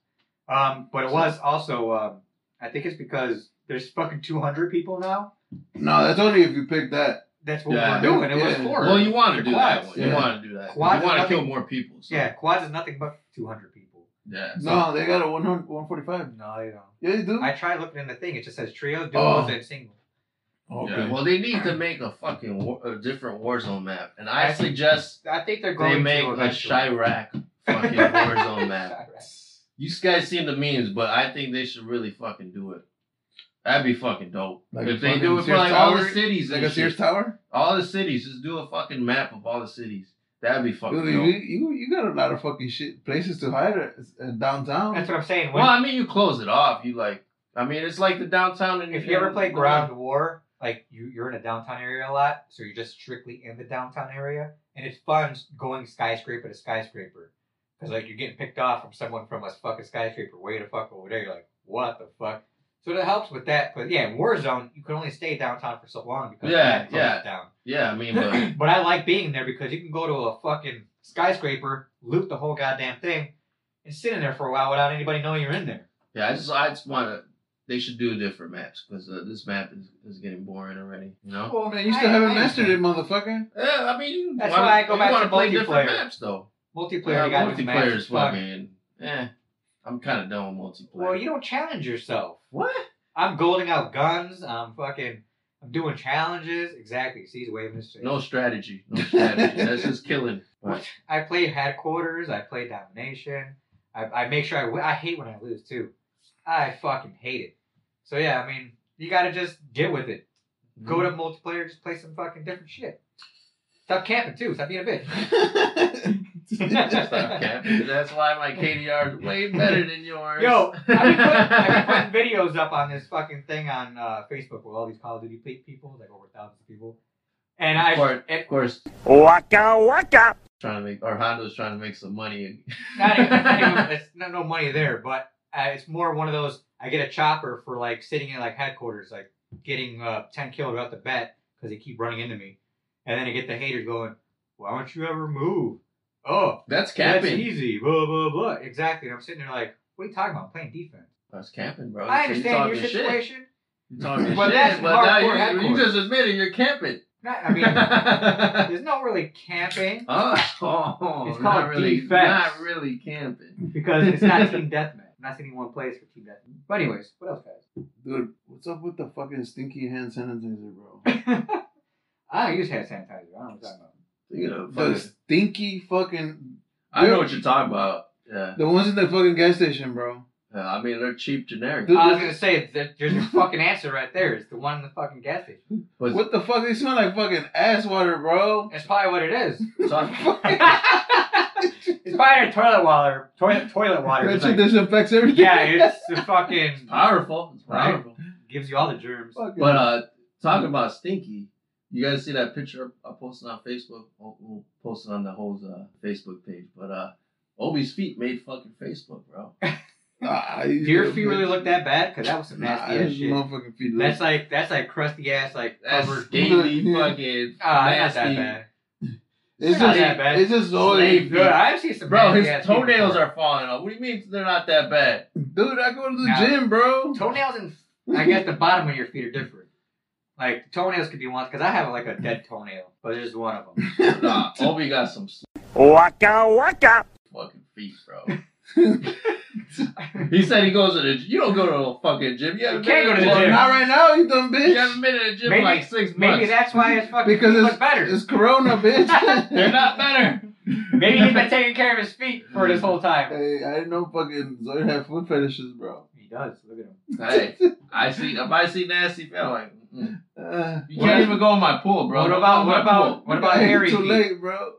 [SPEAKER 2] Um, but it was also, um, I think it's because there's fucking 200 people now.
[SPEAKER 3] No, that's only if you pick that.
[SPEAKER 2] That's what
[SPEAKER 4] Yeah.
[SPEAKER 2] we were doing. It was
[SPEAKER 3] Yeah.
[SPEAKER 2] four.
[SPEAKER 4] Well, you want to
[SPEAKER 2] Your
[SPEAKER 4] do
[SPEAKER 2] quads.
[SPEAKER 4] that. One. You
[SPEAKER 3] Yeah.
[SPEAKER 4] want to do that.
[SPEAKER 2] Quads
[SPEAKER 4] you want
[SPEAKER 2] is
[SPEAKER 4] to kill
[SPEAKER 2] nothing-
[SPEAKER 4] more people. So.
[SPEAKER 2] yeah, quads is nothing but 200 people.
[SPEAKER 4] Yeah. so-
[SPEAKER 3] No, they got a 100, 145.
[SPEAKER 2] No, you don't.
[SPEAKER 3] Yeah, they do.
[SPEAKER 2] I tried looking in the thing. It just says trios,
[SPEAKER 3] Oh.
[SPEAKER 2] duos, and singles.
[SPEAKER 3] okay.
[SPEAKER 4] Yeah, well, they need to make a fucking war, a different Warzone map, and I
[SPEAKER 2] I think-
[SPEAKER 4] suggest
[SPEAKER 2] I think they're going
[SPEAKER 4] they make
[SPEAKER 2] to
[SPEAKER 4] a
[SPEAKER 2] eventually.
[SPEAKER 4] Chirac fucking Warzone map.
[SPEAKER 2] Chirac.
[SPEAKER 4] You guys seen the memes, but I think they should really fucking do it. That'd be fucking dope.
[SPEAKER 3] Like a
[SPEAKER 4] if they
[SPEAKER 3] fucking
[SPEAKER 4] do it for
[SPEAKER 3] Sears
[SPEAKER 4] like all the
[SPEAKER 3] Tower?
[SPEAKER 4] cities,
[SPEAKER 3] like
[SPEAKER 4] and
[SPEAKER 3] a
[SPEAKER 4] shit.
[SPEAKER 3] Sears Tower?
[SPEAKER 4] all the cities, just do a fucking map of all the cities. That'd be fucking
[SPEAKER 3] Dude,
[SPEAKER 4] dope.
[SPEAKER 3] you, you, you got a lot of fucking shit places to hide at, uh, downtown.
[SPEAKER 2] That's what I'm saying. When,
[SPEAKER 4] Well, I mean, you close it off. You like, I mean, it's like the downtown. In,
[SPEAKER 2] if you ever
[SPEAKER 4] in-
[SPEAKER 2] play Ground War, like you, you're in a downtown area a lot, so you're just strictly in the downtown area, and it's fun going skyscraper to skyscraper, because like you're getting picked off from someone from a fucking skyscraper way the fuck over there. You're like, what the fuck? So that helps with that. But yeah, in Warzone, you can only stay downtown for so long because
[SPEAKER 4] Yeah,
[SPEAKER 2] that closes
[SPEAKER 4] yeah.
[SPEAKER 2] down.
[SPEAKER 4] Yeah, I mean, but
[SPEAKER 2] But I like being there because you can go to a fucking skyscraper, loot the whole goddamn thing, and sit in there for a while without anybody knowing you're in there.
[SPEAKER 4] yeah, I just, I just want to. They should do different maps because uh, this map is, is getting boring already. You know.
[SPEAKER 3] Oh man, you
[SPEAKER 2] I-
[SPEAKER 3] still haven't
[SPEAKER 2] I
[SPEAKER 3] mastered it, motherfucker.
[SPEAKER 4] Yeah, I mean, you
[SPEAKER 2] That's
[SPEAKER 4] wanna-
[SPEAKER 2] why I go
[SPEAKER 4] you
[SPEAKER 2] back
[SPEAKER 4] wanna
[SPEAKER 2] to
[SPEAKER 4] play different
[SPEAKER 2] multiplayer.
[SPEAKER 4] maps though.
[SPEAKER 2] Multiplayer, you
[SPEAKER 4] yeah,
[SPEAKER 2] got
[SPEAKER 4] multiplayer is fucking. Eh, I'm kind of done with multiplayer.
[SPEAKER 2] Well, you don't challenge yourself.
[SPEAKER 4] what?
[SPEAKER 2] I'm golding out guns. I'm fucking. I'm doing challenges. Exactly. See, he's waving his.
[SPEAKER 4] No strategy. No strategy. That's just killing.
[SPEAKER 2] What? I play headquarters. I play domination. I, I make sure I win. I hate when I lose too. I fucking hate it. So yeah, I mean, you gotta just get with it.
[SPEAKER 4] hmm.
[SPEAKER 2] Go to
[SPEAKER 4] Mm-hmm.
[SPEAKER 2] multiplayer. Just play some fucking different shit. Stop camping too. Stop being a bitch.
[SPEAKER 4] Stop capping. That's why my KDR is way better than yours.
[SPEAKER 2] Yo, I've been, putting, I've been putting videos up on this fucking thing on uh, Facebook with all these Call of Duty pe- people, like over thousands of people. And
[SPEAKER 4] Of
[SPEAKER 2] I,
[SPEAKER 4] course.
[SPEAKER 2] and
[SPEAKER 4] of course,
[SPEAKER 1] Waka waka.
[SPEAKER 4] trying to make or Honda's trying to make some money.
[SPEAKER 2] not even, not even- it's no, no money there, but uh, it's more one of those. I get a chopper for like sitting in like headquarters, like getting uh, ten kills out the bet because they keep running into me, and then I get the haters going, "Why don't you ever move?" Oh,
[SPEAKER 4] That's
[SPEAKER 2] that's
[SPEAKER 4] capping.
[SPEAKER 2] easy. Blah blah blah. Exactly. And I'm sitting there like, "What are you talking about? I'm playing defense."
[SPEAKER 4] That's camping, bro. Oh,
[SPEAKER 2] I
[SPEAKER 4] So you
[SPEAKER 2] understand
[SPEAKER 4] talking
[SPEAKER 2] your
[SPEAKER 4] shit.
[SPEAKER 2] situation.
[SPEAKER 4] You talking
[SPEAKER 2] But
[SPEAKER 4] shit,
[SPEAKER 2] that's
[SPEAKER 4] but now
[SPEAKER 2] hardcore
[SPEAKER 4] you, you
[SPEAKER 2] hardcore.
[SPEAKER 4] just admitted you're camping.
[SPEAKER 2] Not, I mean. There's no really camping
[SPEAKER 4] oh, oh,
[SPEAKER 2] It's
[SPEAKER 4] not
[SPEAKER 2] called
[SPEAKER 4] really,
[SPEAKER 2] defense.
[SPEAKER 4] Not really camping.
[SPEAKER 2] because it's not team deathmatch. I'm not seeing anyone plays for team deathmatch. But anyways, what else, guys?
[SPEAKER 3] Dude, what's up with the fucking stinky hand sanitizer, bro?
[SPEAKER 2] I don't use hand sanitizer. I don't know what you're talking about.
[SPEAKER 4] You know,
[SPEAKER 3] the
[SPEAKER 4] fucking-
[SPEAKER 3] stinky fucking
[SPEAKER 4] I know what you're talking about. Yeah.
[SPEAKER 3] the ones in the fucking gas station, bro.
[SPEAKER 4] yeah, I mean they're cheap generic.
[SPEAKER 3] Dude,
[SPEAKER 2] I was
[SPEAKER 3] this-
[SPEAKER 2] gonna say that there's your fucking answer right there. It's the one in the fucking gas station.
[SPEAKER 4] But
[SPEAKER 3] What the fuck? They smell like fucking ass water, bro.
[SPEAKER 2] That's probably what it is.
[SPEAKER 4] talk-
[SPEAKER 2] it's probably a toilet water. Toilet toilet water.
[SPEAKER 3] That
[SPEAKER 2] It's
[SPEAKER 3] shit
[SPEAKER 2] like-
[SPEAKER 3] disinfects everything.
[SPEAKER 2] yeah, it's the fucking
[SPEAKER 4] powerful. It's
[SPEAKER 2] Right?
[SPEAKER 4] powerful.
[SPEAKER 2] gives you all the germs.
[SPEAKER 3] Fucking-
[SPEAKER 4] But uh talking about stinky, you guys see that picture I posted on Facebook? We'll, we'll post it on the whole uh, Facebook page. But uh Obi's feet made fucking Facebook, bro.
[SPEAKER 3] Nah,
[SPEAKER 2] Do your feet really look that bad? Cause that was some nasty
[SPEAKER 3] nah,
[SPEAKER 2] ass
[SPEAKER 3] his
[SPEAKER 2] shit.
[SPEAKER 3] Motherfucking feet look.
[SPEAKER 2] That's like that's like crusty ass like
[SPEAKER 4] That's
[SPEAKER 2] covered.
[SPEAKER 4] scaly fucking
[SPEAKER 2] Ah, not that
[SPEAKER 4] nasty.
[SPEAKER 2] bad.
[SPEAKER 3] it's
[SPEAKER 2] not
[SPEAKER 3] just
[SPEAKER 2] that bad.
[SPEAKER 3] it's just so
[SPEAKER 4] Slave.
[SPEAKER 2] Dude, I've seen some.
[SPEAKER 4] Bro, his
[SPEAKER 2] nasty-ass people
[SPEAKER 4] toenails
[SPEAKER 2] before.
[SPEAKER 4] are falling off. What do you mean they're not that bad?
[SPEAKER 3] dude. I go to the
[SPEAKER 2] Nah.
[SPEAKER 3] gym, bro.
[SPEAKER 2] toenails and I guess the bottom of your feet are different. Like toenails could be one because I have like a dead toenail, but there's one of them.
[SPEAKER 4] nah, Obi got some sl-
[SPEAKER 1] Waka waka.
[SPEAKER 4] fucking feet, bro. he said he goes to the gym. You don't go to a fucking gym. You, haven't
[SPEAKER 2] can't
[SPEAKER 4] been
[SPEAKER 2] go to the
[SPEAKER 4] one-
[SPEAKER 2] gym.
[SPEAKER 3] Not right now, you dumb
[SPEAKER 4] You haven't
[SPEAKER 3] bitch.
[SPEAKER 4] been in a gym
[SPEAKER 2] Maybe-
[SPEAKER 4] in like six
[SPEAKER 2] Maybe
[SPEAKER 4] months.
[SPEAKER 2] that's why his fucking
[SPEAKER 3] Because
[SPEAKER 2] feet
[SPEAKER 3] it's-
[SPEAKER 2] look better.
[SPEAKER 3] It's Corona, bitch.
[SPEAKER 4] They're not better.
[SPEAKER 2] Maybe he's been taking care of his feet for this whole time.
[SPEAKER 3] Hey, I didn't know fucking Zoid had food fetishes, bro.
[SPEAKER 2] He does. Look at him.
[SPEAKER 4] Hey, I see. If I see nasty, feet, I'm like, mm-mm.
[SPEAKER 3] Uh,
[SPEAKER 4] you can't even go in my pool, bro.
[SPEAKER 2] What
[SPEAKER 4] Don't
[SPEAKER 2] about
[SPEAKER 4] go in
[SPEAKER 2] what
[SPEAKER 4] my
[SPEAKER 2] about
[SPEAKER 4] pool.
[SPEAKER 2] what about
[SPEAKER 3] hey,
[SPEAKER 2] hairy
[SPEAKER 3] Too
[SPEAKER 2] feet?
[SPEAKER 3] late, bro.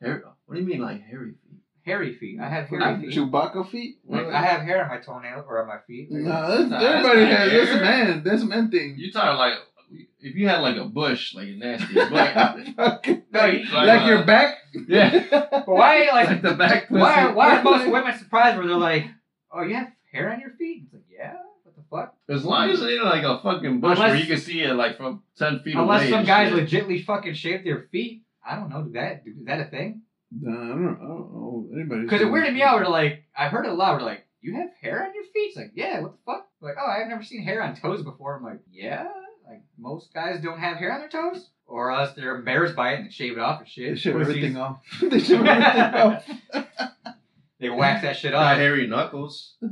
[SPEAKER 4] Hair? What do you mean, like hairy feet?
[SPEAKER 2] Hairy feet. I have hairy
[SPEAKER 3] Like
[SPEAKER 2] feet.
[SPEAKER 3] Chewbacca feet?
[SPEAKER 2] Like, I have hair on my toenail or on my feet. Like,
[SPEAKER 3] No,
[SPEAKER 4] Nah,
[SPEAKER 3] that's, everybody
[SPEAKER 4] that's not
[SPEAKER 3] has. That's a
[SPEAKER 4] hair.
[SPEAKER 3] man. That's a man thing.
[SPEAKER 4] You talking like if you had like a bush, like a nasty bush?
[SPEAKER 2] no, you,
[SPEAKER 4] Like,
[SPEAKER 3] like
[SPEAKER 4] uh,
[SPEAKER 3] your back?
[SPEAKER 4] yeah,
[SPEAKER 2] but why? Like,
[SPEAKER 4] like the back. Pussy.
[SPEAKER 2] why? Why are most women surprised where they're like, "Oh, you have hair on your feet?" It's like, yeah. What the fuck?
[SPEAKER 4] As long as it ain't like a fucking bush where
[SPEAKER 2] Unless-
[SPEAKER 4] you can see it like from ten feet away.
[SPEAKER 2] Unless some
[SPEAKER 4] and
[SPEAKER 2] guys
[SPEAKER 4] shit.
[SPEAKER 2] legitly fucking shave their feet. I don't know. Do that? Is that a thing?
[SPEAKER 3] Nah, I don't, I don't know. Anybody.
[SPEAKER 2] Because it weirded me out. We're like, I've heard it a lot. We're like, you have hair on your feet? It's like, yeah, what the fuck? Like, oh, I've never seen hair on toes before. I'm like, yeah? Like, most guys don't have hair on their toes? Or else they're embarrassed by it and they shave it off and shit.
[SPEAKER 3] They shave
[SPEAKER 2] Pussies.
[SPEAKER 3] everything off. they shave everything off.
[SPEAKER 2] They wax that shit
[SPEAKER 4] Got
[SPEAKER 2] off.
[SPEAKER 4] hairy knuckles.
[SPEAKER 3] I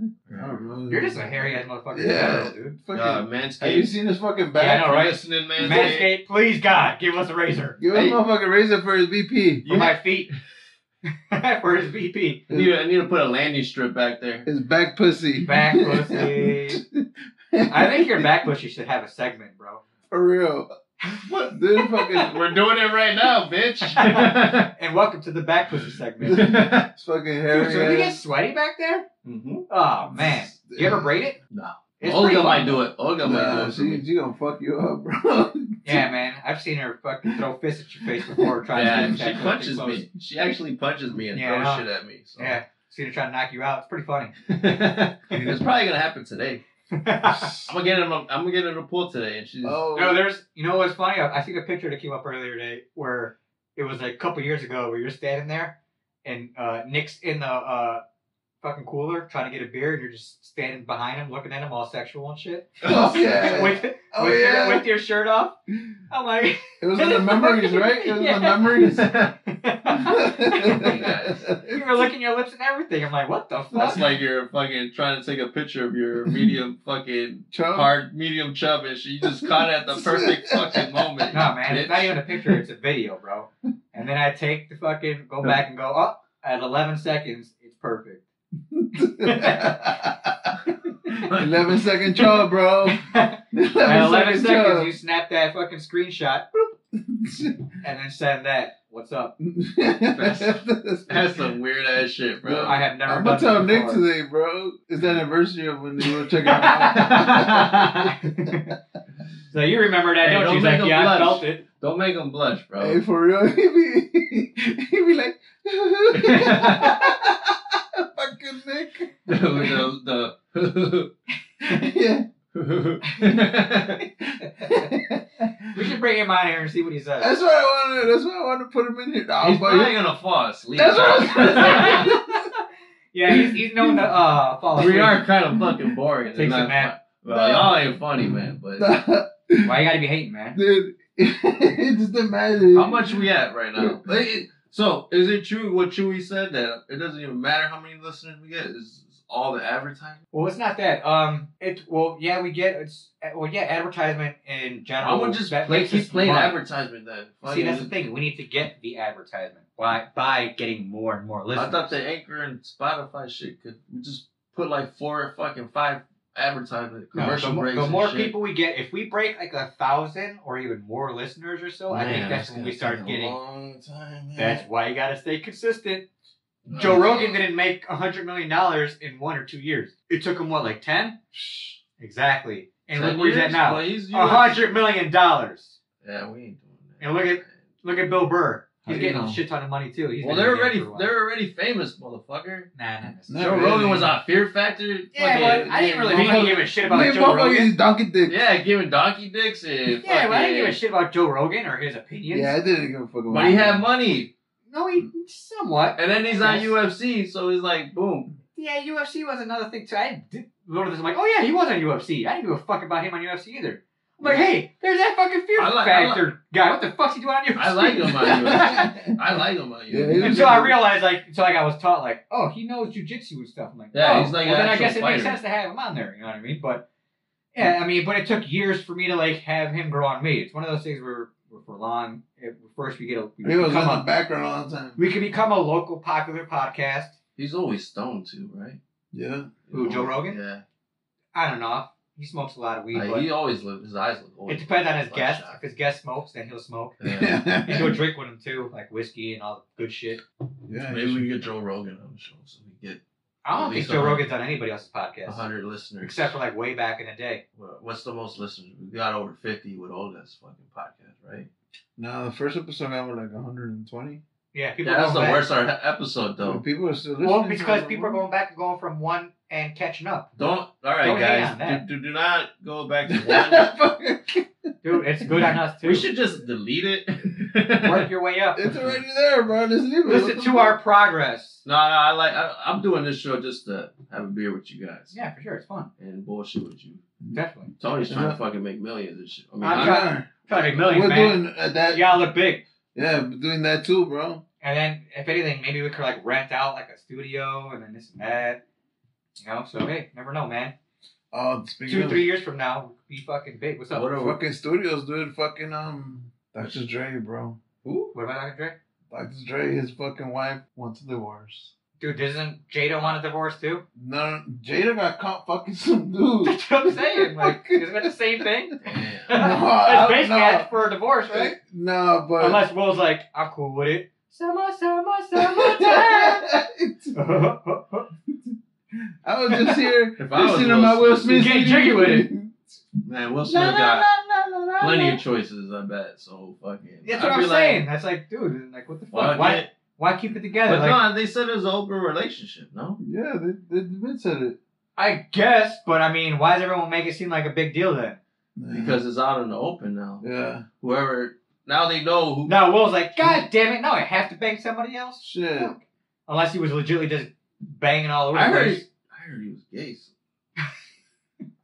[SPEAKER 3] don't know.
[SPEAKER 2] You're just a hairy ass motherfucker.
[SPEAKER 3] Yeah.
[SPEAKER 2] dude.
[SPEAKER 3] Fucking,
[SPEAKER 4] Uh,
[SPEAKER 3] have you
[SPEAKER 4] Manscaped.
[SPEAKER 3] seen his fucking
[SPEAKER 2] Yeah, I
[SPEAKER 3] back?
[SPEAKER 2] know, right?
[SPEAKER 4] Listening, Manscaped.
[SPEAKER 2] Manscaped, please God, give us a razor.
[SPEAKER 3] Give him
[SPEAKER 4] Hey.
[SPEAKER 3] a fucking razor for his VP.
[SPEAKER 2] For my feet. For his VP.
[SPEAKER 4] I need, I need to put a landing strip back there.
[SPEAKER 3] His back pussy.
[SPEAKER 2] Back pussy. I think your back pussy should have a segment, bro.
[SPEAKER 3] for real.
[SPEAKER 4] What?
[SPEAKER 3] Dude, fucking,
[SPEAKER 4] We're doing it right now, bitch.
[SPEAKER 2] And welcome to the back pussy segment.
[SPEAKER 3] it's fucking
[SPEAKER 2] Dude, so if you
[SPEAKER 3] hairy.
[SPEAKER 2] get
[SPEAKER 3] ass.
[SPEAKER 2] sweaty back there?
[SPEAKER 4] mm-hmm.
[SPEAKER 2] Oh man, you ever braid it?
[SPEAKER 4] No.
[SPEAKER 2] It's pretty
[SPEAKER 4] Olga
[SPEAKER 2] fun.
[SPEAKER 4] might do it. Olga might do
[SPEAKER 3] Nah,
[SPEAKER 4] it. For
[SPEAKER 3] she,
[SPEAKER 4] me.
[SPEAKER 3] she gonna fuck you up, bro.
[SPEAKER 2] Yeah, man, I've seen her fucking throw fists at your face before trying to
[SPEAKER 4] Yeah,
[SPEAKER 2] get
[SPEAKER 4] she
[SPEAKER 2] that
[SPEAKER 4] punches
[SPEAKER 2] close.
[SPEAKER 4] me. She actually punches me and
[SPEAKER 2] Yeah, I
[SPEAKER 4] throws
[SPEAKER 2] know.
[SPEAKER 4] shit at me. So.
[SPEAKER 2] Yeah, seen her try to knock you out. It's pretty funny.
[SPEAKER 4] it's probably gonna happen today. I'm
[SPEAKER 2] no,
[SPEAKER 4] gonna get in. A, I'm gonna get in the pool today, and she's.
[SPEAKER 3] Oh,
[SPEAKER 2] there's you know what's funny? I, I seen a picture that came up earlier today where it was like, a couple years ago where you're standing there and uh, Nick's in the uh, fucking cooler trying to get a beer and you're just standing behind him looking at him all sexual and shit
[SPEAKER 3] fuck yeah.
[SPEAKER 2] with, with,
[SPEAKER 3] oh
[SPEAKER 2] your-
[SPEAKER 3] yeah.
[SPEAKER 2] with your shirt off. I'm like.
[SPEAKER 3] it was in the memories, right? It was in the memories.
[SPEAKER 2] You were licking your lips and everything. I'm like, what the fuck?
[SPEAKER 4] That's like you're fucking trying to take a picture of your medium fucking
[SPEAKER 3] Chub?
[SPEAKER 4] hard medium chub, and she just caught it at the perfect fucking moment.
[SPEAKER 2] no, man, it's not
[SPEAKER 4] bitch.
[SPEAKER 2] even a picture. It's a video, bro. And then I take the fucking, go back and go up at 11 seconds. It's perfect.
[SPEAKER 3] Eleven second chub, bro.
[SPEAKER 2] at 11
[SPEAKER 3] Eleven
[SPEAKER 2] seconds,
[SPEAKER 3] second
[SPEAKER 2] you snap that fucking screenshot and then send that. What's up?
[SPEAKER 4] That's some weird ass shit, bro.
[SPEAKER 2] I have never
[SPEAKER 3] I'm
[SPEAKER 2] done
[SPEAKER 3] gonna tell
[SPEAKER 2] that
[SPEAKER 3] Nick
[SPEAKER 2] before.
[SPEAKER 3] today, bro. It's the anniversary of when they were checking out.
[SPEAKER 2] so you remember that,
[SPEAKER 4] Hey,
[SPEAKER 2] don't,
[SPEAKER 4] don't
[SPEAKER 2] you?
[SPEAKER 4] make
[SPEAKER 2] Like,
[SPEAKER 4] him
[SPEAKER 2] yeah,
[SPEAKER 4] blush.
[SPEAKER 2] I felt it.
[SPEAKER 4] Don't make them blush,
[SPEAKER 3] hey,
[SPEAKER 4] bro.
[SPEAKER 3] for real, he be he be like, fucking Nick.
[SPEAKER 4] the, the,
[SPEAKER 3] Yeah.
[SPEAKER 2] We should bring him on here and see what he says.
[SPEAKER 3] That's what I wanted. That's why I wanted to put him in here. Oh,
[SPEAKER 4] He's probably
[SPEAKER 3] but
[SPEAKER 4] gonna fall asleep.
[SPEAKER 3] That's what I was gonna
[SPEAKER 2] yeah, he's, he's known to uh, fall asleep.
[SPEAKER 4] we are kind of fucking boring.
[SPEAKER 2] Takes
[SPEAKER 4] They're
[SPEAKER 2] a
[SPEAKER 4] not
[SPEAKER 2] nap.
[SPEAKER 4] fun. Well, y'all ain't funny, man. But
[SPEAKER 2] Why you gotta be hating, man?
[SPEAKER 3] dude, just imagine.
[SPEAKER 4] how much we at right now? Like, it- So is it true what Chewy said that it doesn't even matter how many listeners we get? It's it's all the advertising.
[SPEAKER 2] Well, it's not that. Um, it well, yeah, we get it's well, yeah, advertisement in
[SPEAKER 4] I
[SPEAKER 2] general.
[SPEAKER 4] would just
[SPEAKER 2] Oh, that
[SPEAKER 4] play,
[SPEAKER 2] makes us
[SPEAKER 4] keep playing
[SPEAKER 2] money.
[SPEAKER 4] advertisement then.
[SPEAKER 2] See,
[SPEAKER 4] Fucking-
[SPEAKER 2] that's the thing. We need to get the advertisement. Why? By getting more and more listeners.
[SPEAKER 4] I thought the Anchor and Spotify shit could we just put like four or fucking five advertisement
[SPEAKER 2] No,
[SPEAKER 4] commercial
[SPEAKER 2] the, mo-
[SPEAKER 4] breaks.
[SPEAKER 2] the
[SPEAKER 4] and
[SPEAKER 2] more
[SPEAKER 4] shit.
[SPEAKER 2] people we get, if we break like a thousand or even more listeners or so, Oh, I think
[SPEAKER 4] Man,
[SPEAKER 2] that's when
[SPEAKER 4] gonna
[SPEAKER 2] we start
[SPEAKER 4] take a
[SPEAKER 2] getting.
[SPEAKER 4] long time, man.
[SPEAKER 2] That's why you gotta stay consistent.
[SPEAKER 4] Uh,
[SPEAKER 2] Joe Rogan didn't make a hundred million dollars in one or two years. It took him what, like ten? Exactly. And look where he's at
[SPEAKER 4] years?
[SPEAKER 2] now.
[SPEAKER 4] Well, he's- you
[SPEAKER 2] A
[SPEAKER 4] look-
[SPEAKER 2] hundred million dollars.
[SPEAKER 4] Yeah, we ain't doing that.
[SPEAKER 2] And look at- Look at Bill Burr.
[SPEAKER 4] How do
[SPEAKER 2] He's
[SPEAKER 4] you
[SPEAKER 2] getting a
[SPEAKER 4] know?
[SPEAKER 2] shit ton of money too. He's
[SPEAKER 4] well,
[SPEAKER 2] been
[SPEAKER 4] they're
[SPEAKER 2] in the game
[SPEAKER 4] already
[SPEAKER 2] for a while.
[SPEAKER 4] they're already famous, motherfucker.
[SPEAKER 2] Nah, nah, nah.
[SPEAKER 3] Not
[SPEAKER 4] Joe
[SPEAKER 3] really.
[SPEAKER 4] Rogan was on Fear Factor.
[SPEAKER 2] Yeah,
[SPEAKER 4] fucking-
[SPEAKER 2] well, I didn't really
[SPEAKER 4] People-
[SPEAKER 2] fucking give a shit about
[SPEAKER 3] Man,
[SPEAKER 2] Joe
[SPEAKER 3] motherfucker,
[SPEAKER 2] Rogan.
[SPEAKER 3] he's donkey dick. Yeah.
[SPEAKER 4] Yeah, giving donkey dicks and
[SPEAKER 2] Yeah, well, I didn't give a
[SPEAKER 4] fucking-
[SPEAKER 2] shit about Joe Rogan or his opinions.
[SPEAKER 3] I didn't give a fuck about
[SPEAKER 4] But he had money,
[SPEAKER 2] No, he somewhat.
[SPEAKER 4] and then he's on
[SPEAKER 2] Yes.
[SPEAKER 4] UFC, so he's like, boom.
[SPEAKER 2] Yeah, UFC was another thing too. I did Lord of this. I'm like, oh yeah, he was on UFC. I didn't give a fuck about him on UFC either. I'm like, hey, there's that fucking Fear
[SPEAKER 4] I like- I
[SPEAKER 2] Factor guy. What the fuck's he doing on UFC?
[SPEAKER 4] I like him on UFC. I like him on
[SPEAKER 3] Yeah,
[SPEAKER 4] UFC.
[SPEAKER 3] he-
[SPEAKER 2] Until I realized, like, until like I was taught, like, oh, he knows jujitsu and stuff. I'm like,
[SPEAKER 4] Yeah,
[SPEAKER 2] oh,
[SPEAKER 4] he's like
[SPEAKER 2] well,
[SPEAKER 4] an
[SPEAKER 2] then I
[SPEAKER 4] actual
[SPEAKER 2] guess it
[SPEAKER 4] fighter.
[SPEAKER 2] makes sense to have him on there. You know what I mean? But yeah, I mean, but it took years for me to like have him grow on me. It's one of those things where, where for long, if first we get a we
[SPEAKER 3] He was in
[SPEAKER 2] become
[SPEAKER 3] the
[SPEAKER 2] a,
[SPEAKER 3] background all the time.
[SPEAKER 2] we can become a local popular podcast.
[SPEAKER 4] He's always stoned too, right?
[SPEAKER 3] Yeah.
[SPEAKER 2] Who, Joe Rogan?
[SPEAKER 4] Yeah.
[SPEAKER 2] I don't know. he smokes a lot of weed.
[SPEAKER 4] Like,
[SPEAKER 2] but
[SPEAKER 4] he always look. His eyes look old.
[SPEAKER 2] it depends on his
[SPEAKER 4] Bloodshot.
[SPEAKER 2] guest. If his guest smokes, then he'll smoke.
[SPEAKER 4] Yeah.
[SPEAKER 2] And he'll drink with him too, like whiskey and all the good shit.
[SPEAKER 3] yeah.
[SPEAKER 4] Maybe we get Joe Rogan on the show, so we get
[SPEAKER 2] I don't
[SPEAKER 4] At
[SPEAKER 2] think
[SPEAKER 4] least
[SPEAKER 2] Joe
[SPEAKER 4] a hundred.
[SPEAKER 2] Rogan's on anybody else's podcast
[SPEAKER 4] hundred listeners.
[SPEAKER 2] except for like way back in the day.
[SPEAKER 4] Well, what's the most listeners? We got over fifty with all this fucking podcast, right?
[SPEAKER 3] No, the first episode got were like 120.
[SPEAKER 2] Yeah, people.
[SPEAKER 4] Yeah, that's
[SPEAKER 2] going
[SPEAKER 4] the
[SPEAKER 2] back.
[SPEAKER 4] worst our episode though.
[SPEAKER 3] People are still listening.
[SPEAKER 2] Well,
[SPEAKER 3] to
[SPEAKER 2] because
[SPEAKER 3] it.
[SPEAKER 2] people are going back and going from one and catching up.
[SPEAKER 4] Don't. All right,
[SPEAKER 2] Don't hate
[SPEAKER 4] guys.
[SPEAKER 2] on that.
[SPEAKER 4] Do, do, do not go back to one.
[SPEAKER 2] Dude, it's good on us too.
[SPEAKER 4] we should just delete it.
[SPEAKER 2] work your way up.
[SPEAKER 3] it's already there, bro. Just leave it. What
[SPEAKER 2] Listen
[SPEAKER 3] the
[SPEAKER 2] to
[SPEAKER 3] fuck?
[SPEAKER 2] our progress.
[SPEAKER 4] no, no. I like. I, I'm doing this show just to have a beer with you guys
[SPEAKER 2] Yeah, for sure, it's fun.
[SPEAKER 4] and bullshit with you.
[SPEAKER 2] Definitely.
[SPEAKER 4] Tony's trying
[SPEAKER 3] Yeah.
[SPEAKER 4] to fucking make millions and shit. I mean,
[SPEAKER 2] I'm
[SPEAKER 4] I'm-
[SPEAKER 2] trying- Try to make millions,
[SPEAKER 3] We're
[SPEAKER 2] man.
[SPEAKER 3] doing uh, that. Yeah.
[SPEAKER 2] Y'all look big.
[SPEAKER 3] doing that too, bro.
[SPEAKER 2] And then, if anything, maybe we could like rent out like a studio and then this and that. You know, so hey, never know, man.
[SPEAKER 3] Oh, speaking
[SPEAKER 2] Two,
[SPEAKER 3] of
[SPEAKER 2] three years from now, we could be fucking big. What's up?
[SPEAKER 4] What are we-
[SPEAKER 3] fucking studios, dude. Fucking um, Dr. Dre, bro.
[SPEAKER 4] Who?
[SPEAKER 2] What about Dr. Dre?
[SPEAKER 3] Dr. Dre, his fucking wife wants a divorce.
[SPEAKER 2] Dude, doesn't Jada want a divorce too?
[SPEAKER 3] No, Jada got caught fucking some dude.
[SPEAKER 2] That's what I'm saying. Like, isn't that the same thing?
[SPEAKER 4] Damn.
[SPEAKER 3] I-
[SPEAKER 2] That's basically
[SPEAKER 3] no.
[SPEAKER 2] asking for a divorce, right?
[SPEAKER 3] no, but
[SPEAKER 2] Unless Will's like, I'm cool with it. Summer, summer, summertime.
[SPEAKER 3] I was just here
[SPEAKER 4] If I was
[SPEAKER 3] listening to my Will Smith.
[SPEAKER 2] Get jiggy with it.
[SPEAKER 4] man, Will Smith got plenty of choices. I bet. So fucking.
[SPEAKER 2] That's what
[SPEAKER 4] I'd
[SPEAKER 2] I'm
[SPEAKER 4] be like,
[SPEAKER 2] saying. That's like, dude, like, what the fuck?
[SPEAKER 4] Fuck
[SPEAKER 2] Why,
[SPEAKER 4] it.
[SPEAKER 2] why keep it together?
[SPEAKER 4] But
[SPEAKER 2] Like,
[SPEAKER 4] no, they said it was an open relationship. No.
[SPEAKER 3] Yeah, they, they, they said it.
[SPEAKER 2] I guess, but I mean, why does everyone make it seem like a big deal then?
[SPEAKER 4] Because it's out in the open now.
[SPEAKER 3] yeah,
[SPEAKER 4] Whoever now they know who.
[SPEAKER 2] No, Will's like, God damn it, no, I have to bang somebody else.
[SPEAKER 3] shit.
[SPEAKER 2] Fuck. Unless he was legitimately just banging all over
[SPEAKER 4] I
[SPEAKER 2] the
[SPEAKER 4] heard.
[SPEAKER 2] place.
[SPEAKER 4] I heard he was gay. So.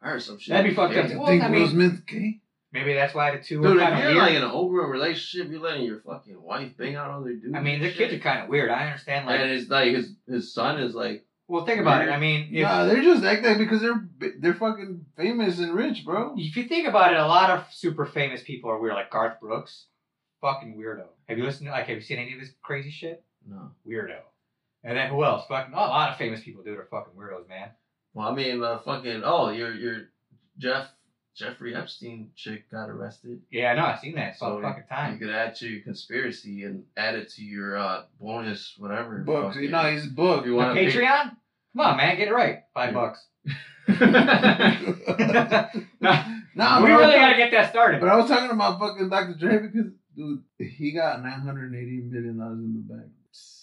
[SPEAKER 4] I heard some shit.
[SPEAKER 2] That'd be fucked
[SPEAKER 4] Yeah.
[SPEAKER 2] up.
[SPEAKER 3] You
[SPEAKER 2] Well,
[SPEAKER 3] think
[SPEAKER 2] I
[SPEAKER 3] Will
[SPEAKER 2] mean-
[SPEAKER 3] Smith gay?
[SPEAKER 2] Maybe that's why the two
[SPEAKER 4] Dude,
[SPEAKER 2] were kind
[SPEAKER 4] if
[SPEAKER 2] of
[SPEAKER 4] you're
[SPEAKER 2] weird.
[SPEAKER 4] like in an open relationship, you're letting your fucking wife bang out other dudes.
[SPEAKER 2] I mean,
[SPEAKER 4] and
[SPEAKER 2] their
[SPEAKER 4] shit.
[SPEAKER 2] kids are kind of weird. I understand, like,
[SPEAKER 4] And it's like his his son is like
[SPEAKER 2] well, think about it. I mean, if,
[SPEAKER 3] Nah, they're just like that because they're they're fucking famous and rich, bro.
[SPEAKER 2] if you think about it, a lot of super famous people are weird, like Garth Brooks, fucking weirdo. Have you listened? To, like, have you seen any of his crazy shit?
[SPEAKER 4] no.
[SPEAKER 2] Weirdo. And then who else? Fucking oh, a lot of famous people, dude, are fucking weirdos, man.
[SPEAKER 4] Well, I mean, uh, fucking oh, your your Jeff Jeffrey Epstein chick got arrested.
[SPEAKER 2] Yeah, I know. I've seen that. It's all
[SPEAKER 4] So,
[SPEAKER 2] fucking
[SPEAKER 4] You
[SPEAKER 2] time.
[SPEAKER 4] could add to your conspiracy and add it to your uh, bonus whatever.
[SPEAKER 3] Books, you
[SPEAKER 4] fucking-
[SPEAKER 3] know, he's
[SPEAKER 4] if
[SPEAKER 3] booked.
[SPEAKER 4] you want to
[SPEAKER 2] Patreon? Come on, man, get it right. Five
[SPEAKER 4] Yeah.
[SPEAKER 2] bucks.
[SPEAKER 4] Patreon.
[SPEAKER 2] no,
[SPEAKER 3] Nah,
[SPEAKER 2] we
[SPEAKER 3] bro,
[SPEAKER 2] really gotta get that started.
[SPEAKER 3] But I was talking about fucking Dr. Dre because, dude, he got nine hundred eighty million dollars in the bank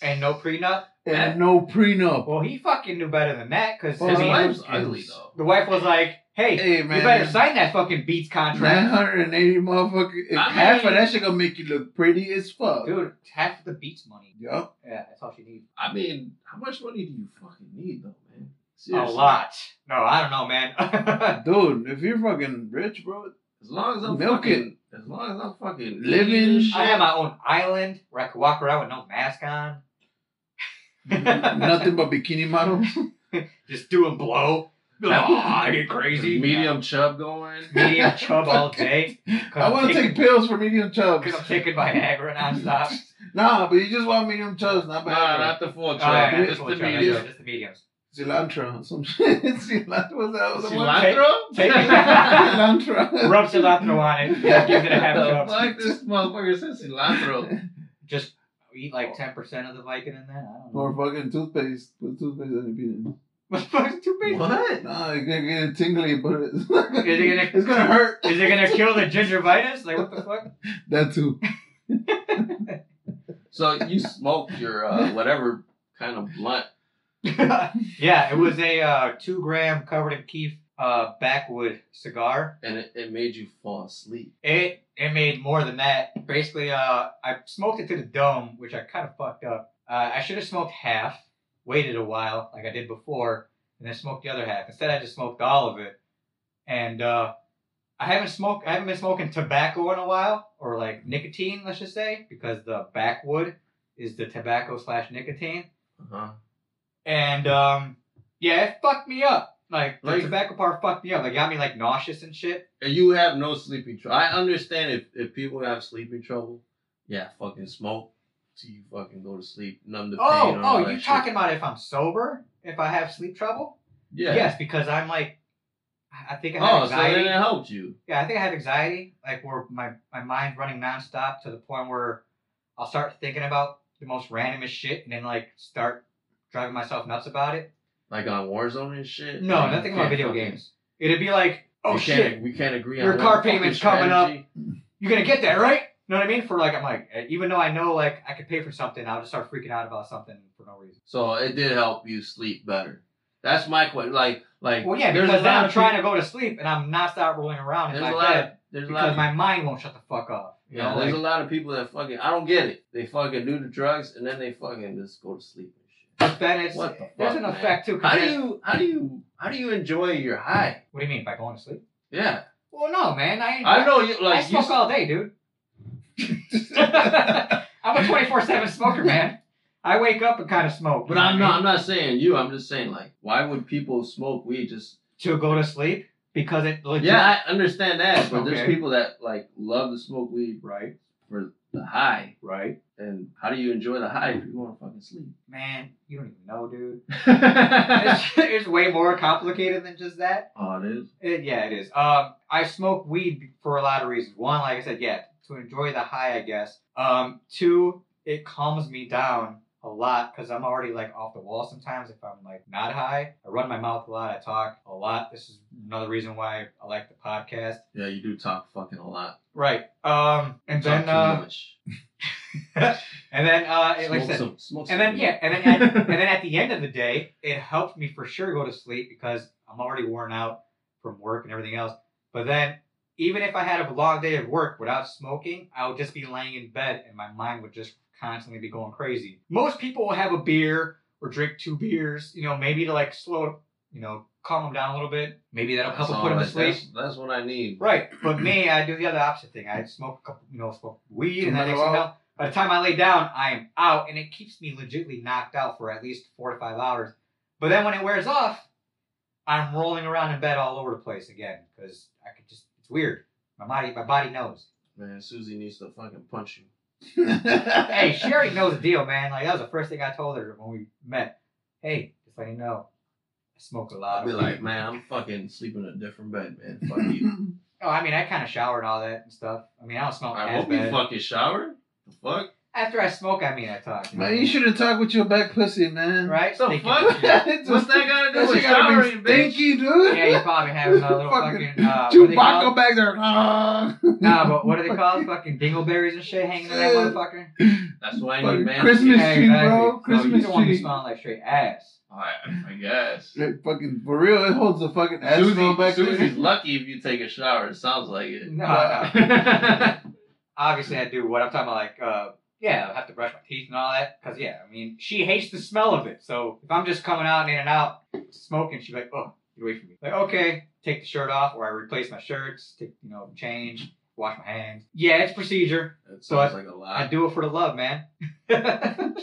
[SPEAKER 2] and no prenup.
[SPEAKER 3] and no prenup.
[SPEAKER 2] Well, he fucking knew better than that because
[SPEAKER 3] Well,
[SPEAKER 4] His
[SPEAKER 2] I mean,
[SPEAKER 4] wife's
[SPEAKER 3] Yes.
[SPEAKER 4] ugly though.
[SPEAKER 2] the wife was like, "Hey,
[SPEAKER 3] Hey
[SPEAKER 2] you
[SPEAKER 3] man,
[SPEAKER 2] better sign that fucking Beats
[SPEAKER 3] nine
[SPEAKER 2] contract,
[SPEAKER 3] hundred eighty motherfucker. If
[SPEAKER 4] I
[SPEAKER 3] half of
[SPEAKER 4] mean-
[SPEAKER 3] that shit gonna make you look pretty as fuck.
[SPEAKER 2] dude. Half of the Beats money.
[SPEAKER 3] Yup.
[SPEAKER 2] Yeah, that's all she needs.
[SPEAKER 4] I mean, how much money do you fucking need though, man?
[SPEAKER 2] A
[SPEAKER 4] Seriously.
[SPEAKER 2] lot. No, I don't know, man.
[SPEAKER 3] Dude, if you're fucking rich, bro,
[SPEAKER 4] As long as I'm
[SPEAKER 3] Milk
[SPEAKER 4] fucking, as long as I'm fucking
[SPEAKER 3] Living-
[SPEAKER 4] eating and
[SPEAKER 2] I have my own island where I could walk around with no mask on,
[SPEAKER 3] nothing but bikini models.
[SPEAKER 2] just doing blow. Be like, oh, I get crazy.
[SPEAKER 4] medium chub going.
[SPEAKER 2] medium chub all day. 'Cause
[SPEAKER 3] I
[SPEAKER 2] I'm
[SPEAKER 3] want to
[SPEAKER 2] taking-
[SPEAKER 3] take pills for medium chubs.
[SPEAKER 2] Because I'm taking Viagra nonstop. Um,
[SPEAKER 3] Nah, but you just want medium chubs, not
[SPEAKER 4] Nah,
[SPEAKER 3] bad.
[SPEAKER 4] not the full chub,
[SPEAKER 2] Oh, yeah,
[SPEAKER 4] just
[SPEAKER 2] that's what
[SPEAKER 4] the
[SPEAKER 2] I'm trying to
[SPEAKER 4] medium.
[SPEAKER 2] do, Just the mediums.
[SPEAKER 3] Cilantro, some shit. Cilantro, was that was the one?
[SPEAKER 4] Cilantro?
[SPEAKER 2] Take- take-
[SPEAKER 3] Cilantro.
[SPEAKER 2] Rub cilantro on it. Give it a half
[SPEAKER 4] What the
[SPEAKER 2] cup.
[SPEAKER 4] fuck this motherfucker says cilantro.
[SPEAKER 2] Just eat like 10% of the Viking in that. I don't know.
[SPEAKER 3] Or fucking toothpaste. Put toothpaste on your penis.
[SPEAKER 2] What the fuck is too big?
[SPEAKER 4] What?
[SPEAKER 3] Nah, you're gonna get it tingly, but it's not gonna,
[SPEAKER 2] Is it gonna-
[SPEAKER 3] it's gonna hurt.
[SPEAKER 2] Is it going to kill the gingivitis? Like, what the fuck?
[SPEAKER 3] That too.
[SPEAKER 4] So you smoked your uh, whatever kind of blunt.
[SPEAKER 2] yeah, it was a uh, two gram covered in Keef uh, backwood cigar.
[SPEAKER 4] and it, it made you fall asleep.
[SPEAKER 2] It it made more than that. Basically, uh, I smoked it to the dome, which I kind of fucked up. Uh, I should have smoked half, waited a while like I did before, and then smoked the other half. Instead, I just smoked all of it, and uh, I haven't smoked. I haven't been smoking tobacco in a while, or like nicotine, let's just say, because the backwood is the tobacco slash nicotine,
[SPEAKER 4] Uh-huh.
[SPEAKER 2] and um, yeah, it fucked me up. Like the
[SPEAKER 4] Like-
[SPEAKER 2] tobacco part fucked me up. Like got me like nauseous and shit.
[SPEAKER 4] And you have no sleeping trouble. I understand if, if people have sleeping trouble, yeah, fucking smoke till you fucking go to sleep, numb the pain.
[SPEAKER 2] Oh,
[SPEAKER 4] and all
[SPEAKER 2] oh,
[SPEAKER 4] that
[SPEAKER 2] you
[SPEAKER 4] shit.
[SPEAKER 2] talking about if I'm sober, if I have sleep trouble?
[SPEAKER 4] Yeah.
[SPEAKER 2] Yes, because I'm like, I- I think I had
[SPEAKER 4] Oh, so
[SPEAKER 2] anxiety.
[SPEAKER 4] then it helped you.
[SPEAKER 2] yeah, I think I have anxiety, like where my my mind's running nonstop to the point where I'll start thinking about the most randomest shit and then like start driving myself nuts about it.
[SPEAKER 4] Like on Warzone and shit?
[SPEAKER 2] No,
[SPEAKER 4] You
[SPEAKER 2] nothing about
[SPEAKER 4] can't
[SPEAKER 2] video
[SPEAKER 4] fucking-
[SPEAKER 2] games. It'd be like, oh
[SPEAKER 4] we
[SPEAKER 2] shit,
[SPEAKER 4] Can't, we can't agree
[SPEAKER 2] Your
[SPEAKER 4] on
[SPEAKER 2] car
[SPEAKER 4] one fucking
[SPEAKER 2] payment's coming up.
[SPEAKER 4] strategy.
[SPEAKER 2] you're gonna get that right. You know what I mean? For like, I'm like, eh, even though I know like I could pay for something, I'll just start freaking out about something for no reason.
[SPEAKER 4] So it did help you sleep better. That's my question. Like, like
[SPEAKER 2] Well, yeah,
[SPEAKER 4] there's
[SPEAKER 2] because
[SPEAKER 4] a
[SPEAKER 2] then
[SPEAKER 4] lot
[SPEAKER 2] I'm
[SPEAKER 4] of
[SPEAKER 2] trying
[SPEAKER 4] peop-
[SPEAKER 2] to go to sleep and I'm not stop rolling around in
[SPEAKER 4] There's
[SPEAKER 2] my
[SPEAKER 4] a lot.
[SPEAKER 2] bed
[SPEAKER 4] Of, there's a lot.
[SPEAKER 2] because
[SPEAKER 4] Of,
[SPEAKER 2] my mind won't shut the fuck off. You
[SPEAKER 4] yeah,
[SPEAKER 2] know,
[SPEAKER 4] there's
[SPEAKER 2] like,
[SPEAKER 4] a lot of people that fucking. I don't get it. They fucking do the drugs and then they fucking just go to sleep and
[SPEAKER 2] but then it's
[SPEAKER 4] shit. What the fuck?
[SPEAKER 2] there's an
[SPEAKER 4] man?
[SPEAKER 2] effect too. 'cause
[SPEAKER 4] How do
[SPEAKER 2] there's-
[SPEAKER 4] you? How do you? How do you enjoy your high?
[SPEAKER 2] What do you mean by going to sleep?
[SPEAKER 4] Yeah,
[SPEAKER 2] Well, no, man, I ain't.
[SPEAKER 4] I know you
[SPEAKER 2] I
[SPEAKER 4] like. you,
[SPEAKER 2] smoke all day, dude. I'm a 24 seven smoker, man. I wake up and kind of smoke.
[SPEAKER 4] but
[SPEAKER 2] you know
[SPEAKER 4] I'm
[SPEAKER 2] what I
[SPEAKER 4] not.
[SPEAKER 2] mean?
[SPEAKER 4] I'm not saying you. I'm just saying like, why would people smoke weed just
[SPEAKER 2] to go to sleep because it. Legit-
[SPEAKER 4] Yeah, I understand that, but there's
[SPEAKER 2] Okay.
[SPEAKER 4] people that like love to smoke weed
[SPEAKER 2] Right.
[SPEAKER 4] for the high.
[SPEAKER 2] Right.
[SPEAKER 4] And how do you enjoy the high if you want to fucking sleep?
[SPEAKER 2] Man, you don't even know, dude.
[SPEAKER 4] oh,
[SPEAKER 2] It's, it's way more complicated than just that.
[SPEAKER 4] it is.
[SPEAKER 2] It, yeah, it is. Um, I smoke weed for a lot of reasons. One, like I said, yeah, to enjoy the high, I guess. Um, two, it calms me down a lot because I'm already like off the wall sometimes if I'm like not high. I run my mouth a lot. I talk a lot. This is another reason why I like the podcast.
[SPEAKER 4] Yeah, you do talk fucking a lot.
[SPEAKER 2] Right. Um, and
[SPEAKER 4] Talk
[SPEAKER 2] then
[SPEAKER 4] too
[SPEAKER 2] uh,
[SPEAKER 4] much.
[SPEAKER 2] and then uh, it, like I
[SPEAKER 4] Smoke
[SPEAKER 2] said,
[SPEAKER 4] some, smoke
[SPEAKER 2] and
[SPEAKER 4] some
[SPEAKER 2] then
[SPEAKER 4] weed.
[SPEAKER 2] yeah, and then at, and then at the end of the day, it helped me for sure go to sleep because I'm already worn out from work and everything else. But then even if I had a long day of work without smoking, I would just be laying in bed and my mind would just constantly be going crazy. Most people will have a beer or drink two beers, you know, maybe to like slow, you know, calm them down a little bit. Maybe that'll help
[SPEAKER 4] That's
[SPEAKER 2] them
[SPEAKER 4] all
[SPEAKER 2] put them to
[SPEAKER 4] I-
[SPEAKER 2] sleep.
[SPEAKER 4] That's, that's what I need.
[SPEAKER 2] Right, but me, I do the other opposite thing. I smoke a couple, you know, smoke weed,
[SPEAKER 3] To
[SPEAKER 2] and then next
[SPEAKER 3] mellow
[SPEAKER 2] thing you
[SPEAKER 3] out.
[SPEAKER 2] know, by the time I lay down, I am out, and it keeps me legitly knocked out for at least four to five hours. But then when it wears off, I'm rolling around in bed all over the place again because I could just—it's weird. My body, my body knows.
[SPEAKER 4] Man, Susie needs to fucking punch you.
[SPEAKER 2] Hey, she already knows the deal, man. Like that was the first thing I told her when we met. Hey, just let you know, I smoke a lot.
[SPEAKER 4] I'll
[SPEAKER 2] of
[SPEAKER 4] be
[SPEAKER 2] weed.
[SPEAKER 4] like, man, I'm fucking sleeping in a different bed, man. Fuck you.
[SPEAKER 2] oh, I mean, I kind of shower and all that and stuff. I mean, I don't smoke
[SPEAKER 4] I
[SPEAKER 2] as
[SPEAKER 4] hope you
[SPEAKER 2] bad.
[SPEAKER 4] fucking shower. The fuck?
[SPEAKER 2] After I smoke, I mean, I talk. you know?
[SPEAKER 3] man, you should have talked with your back pussy, man.
[SPEAKER 2] right?
[SPEAKER 4] So
[SPEAKER 2] Thinking
[SPEAKER 4] fuck.
[SPEAKER 2] of shit.
[SPEAKER 4] What's that got to do
[SPEAKER 3] That
[SPEAKER 4] with
[SPEAKER 3] shit gotta
[SPEAKER 4] showering,
[SPEAKER 3] be
[SPEAKER 4] bitch?
[SPEAKER 3] stinky, dude.
[SPEAKER 2] Yeah, you probably have a little
[SPEAKER 3] Fucking
[SPEAKER 2] fucking uh, what do they call
[SPEAKER 3] Chewbacca
[SPEAKER 2] it?
[SPEAKER 3] back there. Ah.
[SPEAKER 2] Nah, but what do they call it? Fucking dingleberries and shit hanging in that motherfucker.
[SPEAKER 4] That's why I need
[SPEAKER 3] Fucking
[SPEAKER 4] man.
[SPEAKER 3] Christmas
[SPEAKER 2] Yeah,
[SPEAKER 3] tree,
[SPEAKER 2] exactly.
[SPEAKER 3] bro.
[SPEAKER 2] So you
[SPEAKER 3] Christmas
[SPEAKER 2] don't want to be
[SPEAKER 3] tree.
[SPEAKER 2] smelling like straight ass.
[SPEAKER 4] I, I guess.
[SPEAKER 3] Like, fucking for real, it holds a fucking asshole
[SPEAKER 4] Susie,
[SPEAKER 3] back
[SPEAKER 4] Susie's
[SPEAKER 3] there.
[SPEAKER 4] lucky if you take a shower. It sounds like it.
[SPEAKER 2] No,
[SPEAKER 3] Nah.
[SPEAKER 2] no. obviously I do. What I'm talking about, like, uh, yeah, I have to brush my teeth and all that. Cause yeah, I mean, she hates the smell of it. So if I'm just coming out and in and out smoking, she's like, oh, get away from me. Like, okay, take the shirt off, or I replace my shirts, take you know, change, wash my hands. Yeah, it's procedure.
[SPEAKER 4] That
[SPEAKER 2] So I-
[SPEAKER 4] sounds like a
[SPEAKER 2] I
[SPEAKER 4] lot.
[SPEAKER 2] do it for the love, man.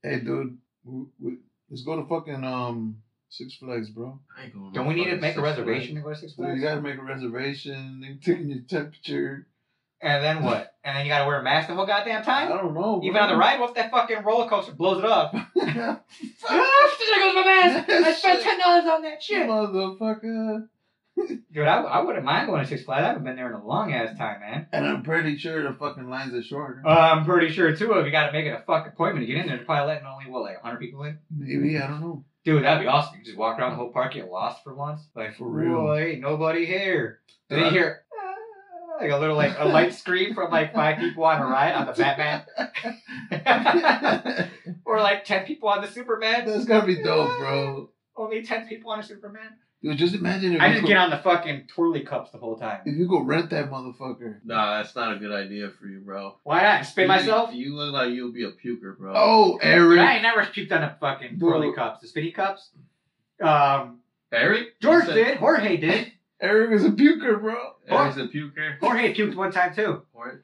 [SPEAKER 3] Hey, dude, we, we, let's go to fucking um Six Flags, bro.
[SPEAKER 4] I ain't going
[SPEAKER 2] Don't
[SPEAKER 4] no
[SPEAKER 2] we need
[SPEAKER 4] fucking
[SPEAKER 2] to make a
[SPEAKER 4] Six
[SPEAKER 2] reservation to go to Six
[SPEAKER 3] So you
[SPEAKER 2] Flags?
[SPEAKER 3] gotta make a reservation. They taking your temperature.
[SPEAKER 2] And then what? And then you gotta wear a mask the whole goddamn
[SPEAKER 3] I
[SPEAKER 2] time?
[SPEAKER 3] don't know.
[SPEAKER 2] Even on the ride, what if that fucking roller coaster blows it up?
[SPEAKER 3] right,
[SPEAKER 2] Ah, there goes my mask! I spent ten dollars on that shit.
[SPEAKER 3] motherfucker.
[SPEAKER 2] Dude, I, I wouldn't mind going to Six Flags. I haven't been there in a long ass time, man.
[SPEAKER 3] And I'm pretty sure the fucking lines are shorter.
[SPEAKER 2] Uh, I'm pretty sure too. If you gotta make it a fuck appointment to get in there, they're probably letting only what like hundred people in.
[SPEAKER 3] Maybe I don't know.
[SPEAKER 2] Dude, that'd be awesome. You just walk around the whole park, get lost for once. Like
[SPEAKER 3] For real.
[SPEAKER 2] "Whoa, ain't nobody here. And then
[SPEAKER 3] Dude,
[SPEAKER 2] you hear "Ah," like a little like a light scream from like five people on a ride on the Batman.
[SPEAKER 3] That's
[SPEAKER 2] Or like 10 people on the Superman.
[SPEAKER 3] gotta be dope, bro.
[SPEAKER 2] Only 10 people on a Superman.
[SPEAKER 3] Dude, just imagine if
[SPEAKER 2] I
[SPEAKER 3] you
[SPEAKER 2] just
[SPEAKER 3] go-
[SPEAKER 2] get on the fucking twirly cups the whole time.
[SPEAKER 3] if you go rent that motherfucker.
[SPEAKER 4] Nah, that's not a good idea for you, bro.
[SPEAKER 2] Why not? Spit
[SPEAKER 4] You-
[SPEAKER 2] myself?
[SPEAKER 4] You look like you'll be a puker, bro.
[SPEAKER 3] Oh,
[SPEAKER 2] Dude,
[SPEAKER 3] Eric.
[SPEAKER 2] I ain't never puked on the fucking twirly
[SPEAKER 3] Bro.
[SPEAKER 2] cups, the spitty cups. Um,
[SPEAKER 4] Eric?
[SPEAKER 2] George
[SPEAKER 4] You said-
[SPEAKER 2] did. Jorge did.
[SPEAKER 3] Eric is a puker, bro.
[SPEAKER 4] Eric's a puker.
[SPEAKER 2] Jorge puked one time too.
[SPEAKER 4] Or-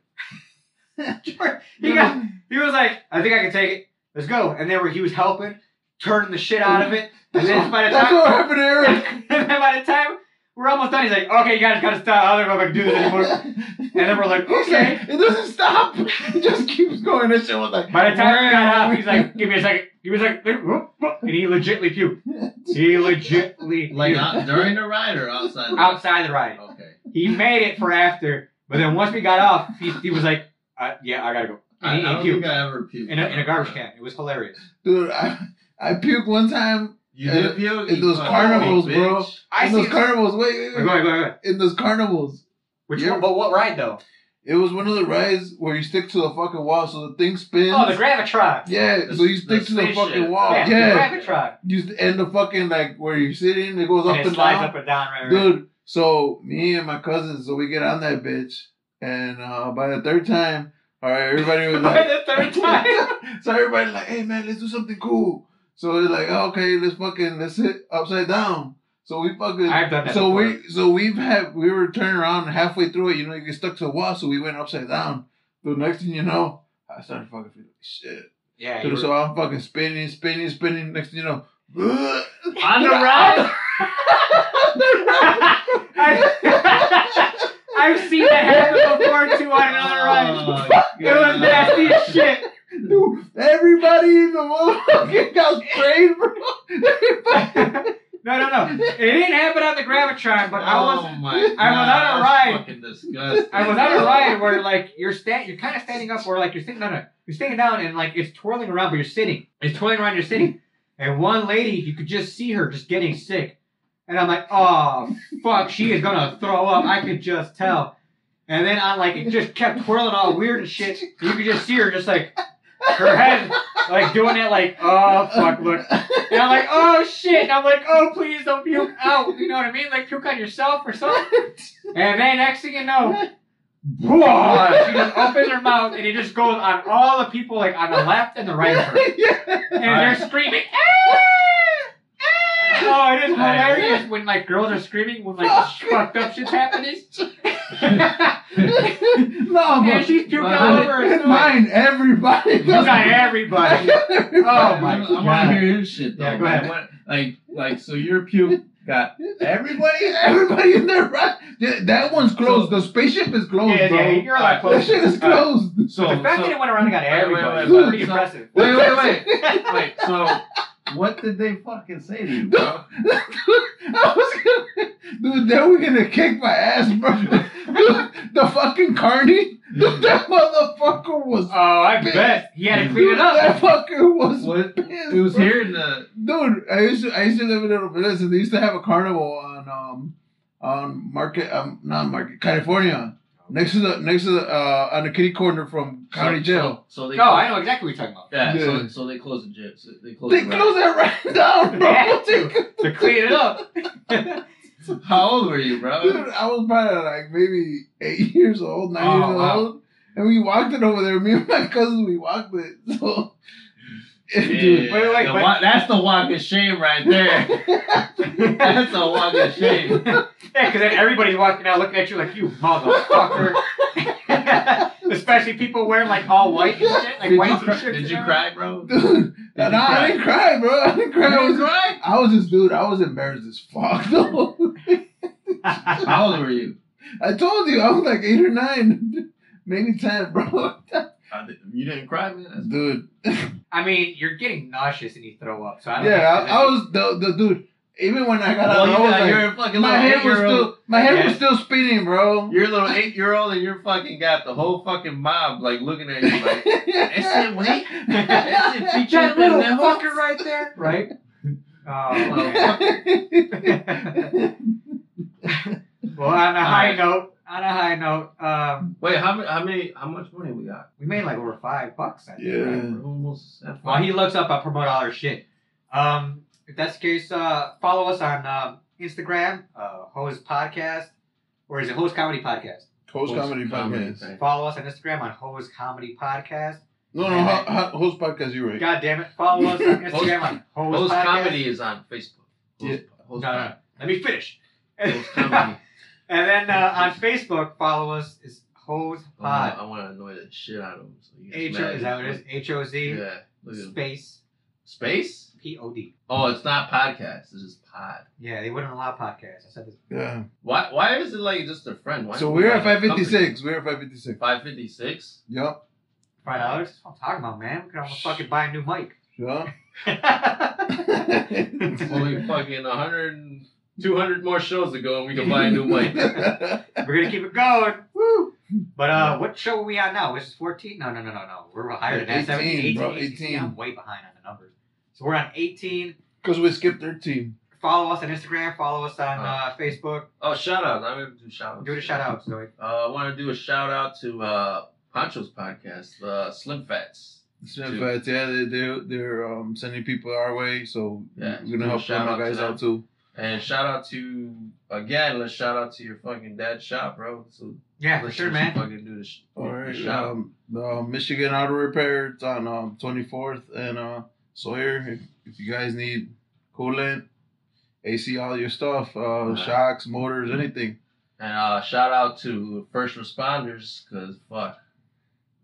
[SPEAKER 2] George, he got, he was like, I think I can take it. Let's go. And then where he was helping, turning the shit out of it. And then by the
[SPEAKER 3] That's
[SPEAKER 2] time,
[SPEAKER 3] what happened to Eric.
[SPEAKER 2] and then by the time we're almost done. He's like, okay, you guys gotta stop. I don't know if I can do this anymore. And then we're like,
[SPEAKER 3] He's
[SPEAKER 2] okay.
[SPEAKER 3] like, It doesn't stop. It just keeps going. This shit was like.
[SPEAKER 2] By the time he got up, he's like, give me a second. Give me a second. And he legitly puked. He legitly
[SPEAKER 4] Like
[SPEAKER 2] puked.
[SPEAKER 4] out, during the ride or outside? the ride?
[SPEAKER 2] outside the ride.
[SPEAKER 4] Okay.
[SPEAKER 2] He made it for after, but then once we got off, he, he was like, uh, yeah, I gotta go.
[SPEAKER 4] I, I
[SPEAKER 2] And he,
[SPEAKER 4] don't
[SPEAKER 2] he
[SPEAKER 4] think
[SPEAKER 2] puked
[SPEAKER 4] I ever puked.
[SPEAKER 2] in a, in a garbage can. It was hilarious.
[SPEAKER 3] dude, I, I puked one time
[SPEAKER 4] You
[SPEAKER 3] And-
[SPEAKER 2] Uh,
[SPEAKER 4] did puke?
[SPEAKER 3] and
[SPEAKER 4] You
[SPEAKER 3] those
[SPEAKER 4] fucking
[SPEAKER 3] carnivals,
[SPEAKER 4] bitch.
[SPEAKER 3] bro.
[SPEAKER 2] I
[SPEAKER 3] in
[SPEAKER 2] see.
[SPEAKER 3] those carnivals. Wait, wait,
[SPEAKER 2] Go
[SPEAKER 3] wait.
[SPEAKER 2] ahead, go ahead, go ahead.
[SPEAKER 3] In those carnivals.
[SPEAKER 2] Which
[SPEAKER 3] Yeah.
[SPEAKER 2] one, but what ride though?
[SPEAKER 3] It was one of the rides where you stick to the fucking wall, so the thing spins.
[SPEAKER 2] Oh, the Gravitron. Oh,
[SPEAKER 3] yeah,
[SPEAKER 4] The-
[SPEAKER 3] so you
[SPEAKER 4] the
[SPEAKER 3] stick to the
[SPEAKER 4] spaceship.
[SPEAKER 3] fucking wall.
[SPEAKER 2] yeah,
[SPEAKER 3] Yeah,
[SPEAKER 2] the Gravitron.
[SPEAKER 3] you s- and the fucking like where you're sitting, it goes up
[SPEAKER 2] And
[SPEAKER 3] and,
[SPEAKER 2] it slides
[SPEAKER 3] down.
[SPEAKER 2] up and down, right? right.
[SPEAKER 3] Dude, so me and my cousins, so we get on that bitch, and uh, by the third time, all right, everybody was like,
[SPEAKER 2] By the third time.
[SPEAKER 3] so everybody like, hey man, let's do something cool. So it's like, "Oh, okay, let's fucking let's hit upside down. So we fucking
[SPEAKER 2] I've done that
[SPEAKER 3] so
[SPEAKER 2] before.
[SPEAKER 3] we so we've had we were turning around halfway through it, you know, you get stuck to the wall, so we went upside down. The next thing you know, I started fucking feeling like shit.
[SPEAKER 2] yeah,
[SPEAKER 3] Dude,
[SPEAKER 2] you
[SPEAKER 3] so I'm fucking spinning, spinning, spinning. Next thing you know,
[SPEAKER 4] On the ride?
[SPEAKER 2] I've, I've seen that happen before too on another
[SPEAKER 3] Oh,
[SPEAKER 4] Oh,
[SPEAKER 2] ride. It was nasty as shit.
[SPEAKER 3] dude, everybody in the motherfucking got sprayed, bro.
[SPEAKER 2] No, no, no. It didn't happen on the Gravitron, but I was
[SPEAKER 4] Oh my
[SPEAKER 2] I was on a
[SPEAKER 4] God,
[SPEAKER 2] ride.
[SPEAKER 4] that's Fucking disgusting.
[SPEAKER 2] I was on a ride where like you're stand you're kind of standing up or like you're sitting no no you're sitting down and like it's twirling around but you're sitting it's twirling around you're sitting and one lady you could just see her just getting sick and I'm like oh fuck she is gonna throw up I could just tell and then I like it just kept twirling all weird and shit you could just see her just like her head like doing it like oh fuck look and I'm like, oh shit. And I'm like, oh please don't puke out. You know what I mean? Like puke on yourself or something. And then next thing you know, boy, she just opens her mouth and it just goes on all the people like on the left and the right of her. And they're screaming, "Ah! Ah!" Oh, it is hilarious when like girls are screaming when like fucked up shit's happening.
[SPEAKER 3] no,
[SPEAKER 2] and
[SPEAKER 3] but
[SPEAKER 2] she's puking all over her.
[SPEAKER 3] mine,
[SPEAKER 2] stomach.
[SPEAKER 3] mine, everybody.
[SPEAKER 2] Not everybody. Oh my
[SPEAKER 4] uh, I want
[SPEAKER 2] God.
[SPEAKER 4] to hear his shit though.
[SPEAKER 2] Yeah, go
[SPEAKER 4] man.
[SPEAKER 2] ahead.
[SPEAKER 4] What- like, like, so your puke got
[SPEAKER 3] Everybody, everybody in there, right? Th- That one's closed. The spaceship is closed,
[SPEAKER 2] Yeah,
[SPEAKER 3] bro.
[SPEAKER 2] yeah, you're like
[SPEAKER 3] That shit is
[SPEAKER 2] All right.
[SPEAKER 3] closed.
[SPEAKER 4] so.
[SPEAKER 2] the fact
[SPEAKER 4] so-
[SPEAKER 2] that it went around and got
[SPEAKER 4] wait, wait,
[SPEAKER 2] everybody
[SPEAKER 4] wait,
[SPEAKER 2] was pretty
[SPEAKER 4] so-
[SPEAKER 2] impressive.
[SPEAKER 4] Wait, wait, wait, wait. So, what did they fucking say to you, bro?
[SPEAKER 3] I was gonna, dude, they were gonna kick my ass, bro. Dude, the fucking carny, dude, that motherfucker was.
[SPEAKER 2] Oh, I bet he had to clean
[SPEAKER 3] dude,
[SPEAKER 2] it
[SPEAKER 3] That
[SPEAKER 2] up.
[SPEAKER 3] fucker was.
[SPEAKER 4] What?
[SPEAKER 3] pissed,
[SPEAKER 4] It was
[SPEAKER 3] bro.
[SPEAKER 4] here in the.
[SPEAKER 3] dude. I used to, I used to live in Little Village, and they used to have a carnival on um on Market um not Market California next to the next to the uh on the kitty corner from county
[SPEAKER 4] so-
[SPEAKER 3] jail.
[SPEAKER 4] So, so they.
[SPEAKER 2] No, I know exactly what you're talking about.
[SPEAKER 4] Yeah.
[SPEAKER 3] Yeah.
[SPEAKER 4] So, so they closed the gym. So they closed.
[SPEAKER 3] They
[SPEAKER 4] the ride.
[SPEAKER 3] closed that right down, bro.
[SPEAKER 2] They had to, to clean it up.
[SPEAKER 4] How old were you,
[SPEAKER 3] Dude,
[SPEAKER 4] bro?
[SPEAKER 3] I was probably like maybe eight years old, nine
[SPEAKER 2] Oh,
[SPEAKER 3] years
[SPEAKER 2] wow.
[SPEAKER 3] old. And we walked it over there. Me and my cousins, we walked it. So, dude,
[SPEAKER 4] Yeah,
[SPEAKER 2] wait, wait,
[SPEAKER 4] the
[SPEAKER 2] wait.
[SPEAKER 4] wa- that's the walk of shame right there.
[SPEAKER 2] yeah,
[SPEAKER 4] That's a walk of shame.
[SPEAKER 2] because then everybody's walking out looking at you like, you motherfucker. Especially people wearing like all white and shit, like
[SPEAKER 4] Did
[SPEAKER 2] white
[SPEAKER 4] you cry,
[SPEAKER 2] t-shirts.
[SPEAKER 4] did
[SPEAKER 2] and
[SPEAKER 4] you
[SPEAKER 2] everything.
[SPEAKER 4] cry, bro? Did
[SPEAKER 3] dude,
[SPEAKER 4] you
[SPEAKER 3] nah, I didn't cry, bro. I didn't
[SPEAKER 4] You
[SPEAKER 3] cry. I
[SPEAKER 4] didn't
[SPEAKER 3] was,
[SPEAKER 4] cry?
[SPEAKER 3] I was just, dude, I was embarrassed as fuck, though.
[SPEAKER 4] How old were you?
[SPEAKER 3] I told you, I was like eight or nine, maybe ten, bro.
[SPEAKER 4] I did- You didn't cry, man. That's-
[SPEAKER 3] Dude,
[SPEAKER 2] I mean, you're getting nauseous and you throw up. So I don't
[SPEAKER 3] yeah,
[SPEAKER 2] think
[SPEAKER 3] I, I was the, the dude. Even when I got out,
[SPEAKER 4] Well, you
[SPEAKER 3] I was
[SPEAKER 4] got-
[SPEAKER 3] like,
[SPEAKER 4] you're a fucking
[SPEAKER 3] my
[SPEAKER 4] little
[SPEAKER 3] head was
[SPEAKER 4] eight-year-old.
[SPEAKER 3] still, my head
[SPEAKER 2] Yeah.
[SPEAKER 3] was still spinning, bro.
[SPEAKER 4] You're a little eight year old and you're fucking got the whole fucking mob like looking at you like that shit wait. That shit feature
[SPEAKER 2] that
[SPEAKER 4] in
[SPEAKER 2] little
[SPEAKER 4] that hole?
[SPEAKER 2] fucker right there, right? Oh, man. well, on a high note, on a high note, um,
[SPEAKER 4] Wait, how many how many how much money we got?
[SPEAKER 2] we made like over five bucks. I think, right?
[SPEAKER 4] We're almost at
[SPEAKER 2] While
[SPEAKER 4] five.
[SPEAKER 2] he looks up, I'll promote all our shit. Um, if that's the case, uh, follow us on um Instagram, uh, Hose Podcast, or is it Hose Comedy Podcast?
[SPEAKER 3] Host comedy
[SPEAKER 4] Comedy
[SPEAKER 3] podcast.
[SPEAKER 4] Podcast.
[SPEAKER 2] Follow us on Instagram on Hose Comedy Podcast.
[SPEAKER 3] No, no,
[SPEAKER 2] And
[SPEAKER 3] ho-
[SPEAKER 2] then-
[SPEAKER 3] ho- host podcast. You're right.
[SPEAKER 2] God damn it! Follow us on Instagram on Hose,
[SPEAKER 4] Host
[SPEAKER 2] Podcast.
[SPEAKER 4] comedy is on Facebook.
[SPEAKER 3] Yeah.
[SPEAKER 4] Host, host,
[SPEAKER 2] No, no, let me finish.
[SPEAKER 4] host comedy.
[SPEAKER 2] and then uh, on Facebook, follow us is Hose
[SPEAKER 4] Oh, I wanna-
[SPEAKER 2] Pod.
[SPEAKER 4] I want to annoy the shit out of him. So he gets
[SPEAKER 2] H O
[SPEAKER 4] mad.
[SPEAKER 2] is that what it is? H O Z
[SPEAKER 4] Yeah. Look at him.
[SPEAKER 2] space
[SPEAKER 4] Space?
[SPEAKER 2] P O D.
[SPEAKER 4] Oh, it's not podcast. It's just pod.
[SPEAKER 2] Yeah, they wouldn't allow podcasts. I said this.
[SPEAKER 3] Yeah.
[SPEAKER 4] Why? Why is it like just a friend? Why
[SPEAKER 3] So
[SPEAKER 4] isn't
[SPEAKER 3] we're
[SPEAKER 4] it
[SPEAKER 3] at
[SPEAKER 4] like a
[SPEAKER 3] 556. We're at 556.
[SPEAKER 4] Five fifty six.
[SPEAKER 3] Yup.
[SPEAKER 2] Five dollars. That's what I'm talking about, man. We could almost fucking buy a new mic.
[SPEAKER 3] Yup.
[SPEAKER 4] Only fucking 100, 200 more shows ago, and we can buy a new mic.
[SPEAKER 2] We're gonna keep it going. Woo! But uh, what show are we on now? Is it 14? No, no, no, no, no. We're higher than that. 17,
[SPEAKER 3] 18,
[SPEAKER 2] 18,
[SPEAKER 3] bro,
[SPEAKER 2] 18. I'm way behind on the numbers. So we're on 18.
[SPEAKER 3] Because we skipped 13.
[SPEAKER 2] Follow us on Instagram. Follow us on uh, Facebook.
[SPEAKER 4] Oh, shout out! I'm gonna do shout out.
[SPEAKER 2] Give it a shout out, Zoe.
[SPEAKER 4] Uh, I want to do a shout out to uh, Pancho's podcast, uh, Slim Fats.
[SPEAKER 3] Slim Fats, yeah, they, they're, they're um, sending people our way, so
[SPEAKER 4] Yeah,
[SPEAKER 3] we're going to help
[SPEAKER 4] shout
[SPEAKER 3] them
[SPEAKER 4] out to
[SPEAKER 3] guys
[SPEAKER 4] them.
[SPEAKER 3] out too.
[SPEAKER 4] And shout out to again, let's shout out to your fucking dad shop, bro. So
[SPEAKER 2] Yeah, for
[SPEAKER 4] let's
[SPEAKER 2] sure,
[SPEAKER 4] just
[SPEAKER 2] man.
[SPEAKER 4] Fucking do the, sh-
[SPEAKER 3] All
[SPEAKER 4] the
[SPEAKER 3] right.
[SPEAKER 4] shout. out.
[SPEAKER 3] Um, uh, Michigan Auto Repair, it's on um, 24th and uh, Sawyer. If, if you guys need coolant, AC, all your stuff, uh,
[SPEAKER 4] right.
[SPEAKER 3] shocks, motors, anything.
[SPEAKER 4] And uh, shout out to first responders, cause fuck,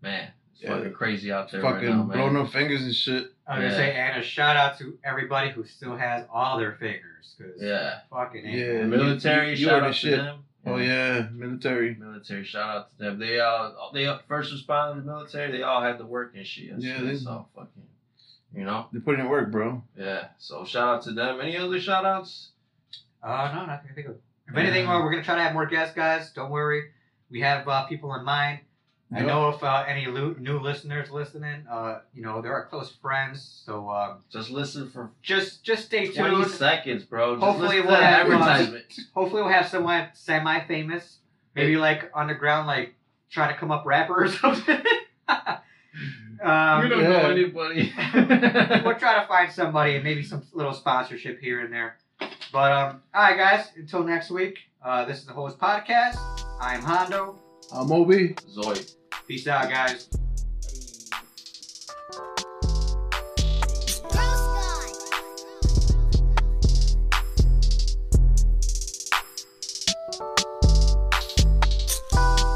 [SPEAKER 4] man, it's
[SPEAKER 3] Yeah.
[SPEAKER 4] fucking crazy out there
[SPEAKER 3] Fucking
[SPEAKER 4] right now, man.
[SPEAKER 3] blown up fingers and shit.
[SPEAKER 2] I was gonna say, and a shout out to everybody who still has all their fingers. Cause
[SPEAKER 4] Yeah,
[SPEAKER 2] fucking ain't
[SPEAKER 3] Yeah.
[SPEAKER 2] that.
[SPEAKER 4] The military
[SPEAKER 3] you- you
[SPEAKER 4] shout
[SPEAKER 3] are the
[SPEAKER 4] out to
[SPEAKER 3] shit.
[SPEAKER 4] them.
[SPEAKER 3] Oh, yeah, military.
[SPEAKER 4] military shout out to them. They all they first responders, military. They all had to work and shit.
[SPEAKER 3] Yeah,
[SPEAKER 4] Yeah,
[SPEAKER 3] they-
[SPEAKER 4] it's all fucking, you know.
[SPEAKER 3] They're putting in work, bro.
[SPEAKER 4] Yeah. So shout out to them. Any other shout outs?
[SPEAKER 2] Uh, no, not gonna think of. it. If anything, uh, we're gonna try to have more guests, guys. Don't worry, we have uh, people in mind. I
[SPEAKER 3] Yep.
[SPEAKER 2] know if uh, any lo- new listeners listening, uh, you know they're our close friends, so um,
[SPEAKER 4] Just listen for
[SPEAKER 2] just just stay
[SPEAKER 4] twenty
[SPEAKER 2] tuned.
[SPEAKER 4] seconds, bro. Just
[SPEAKER 2] Hopefully
[SPEAKER 4] listen to
[SPEAKER 2] we'll
[SPEAKER 4] that
[SPEAKER 2] have, uh,
[SPEAKER 4] advertisement.
[SPEAKER 2] Hopefully, we'll have someone semi-famous, maybe like underground, like trying to come up rapper or something. um,
[SPEAKER 4] we don't
[SPEAKER 3] yeah.
[SPEAKER 4] know anybody.
[SPEAKER 2] we'll try to find somebody and maybe some little sponsorship here and there. But um, all right, guys. Until next week, uh, this is the Host Podcast. I'm Hondo.
[SPEAKER 3] I'm OB.
[SPEAKER 4] Zoid.
[SPEAKER 2] Peace out, guys.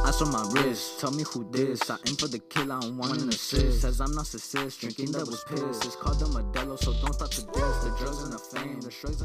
[SPEAKER 5] Ice on my wrist, tell me who this. I aim for the kill, I don't want an assist. Says I'm narcissist, drinking that was piss. It's called the Modelo, so don't stop to diss. The drugs and the fame, the shrugs.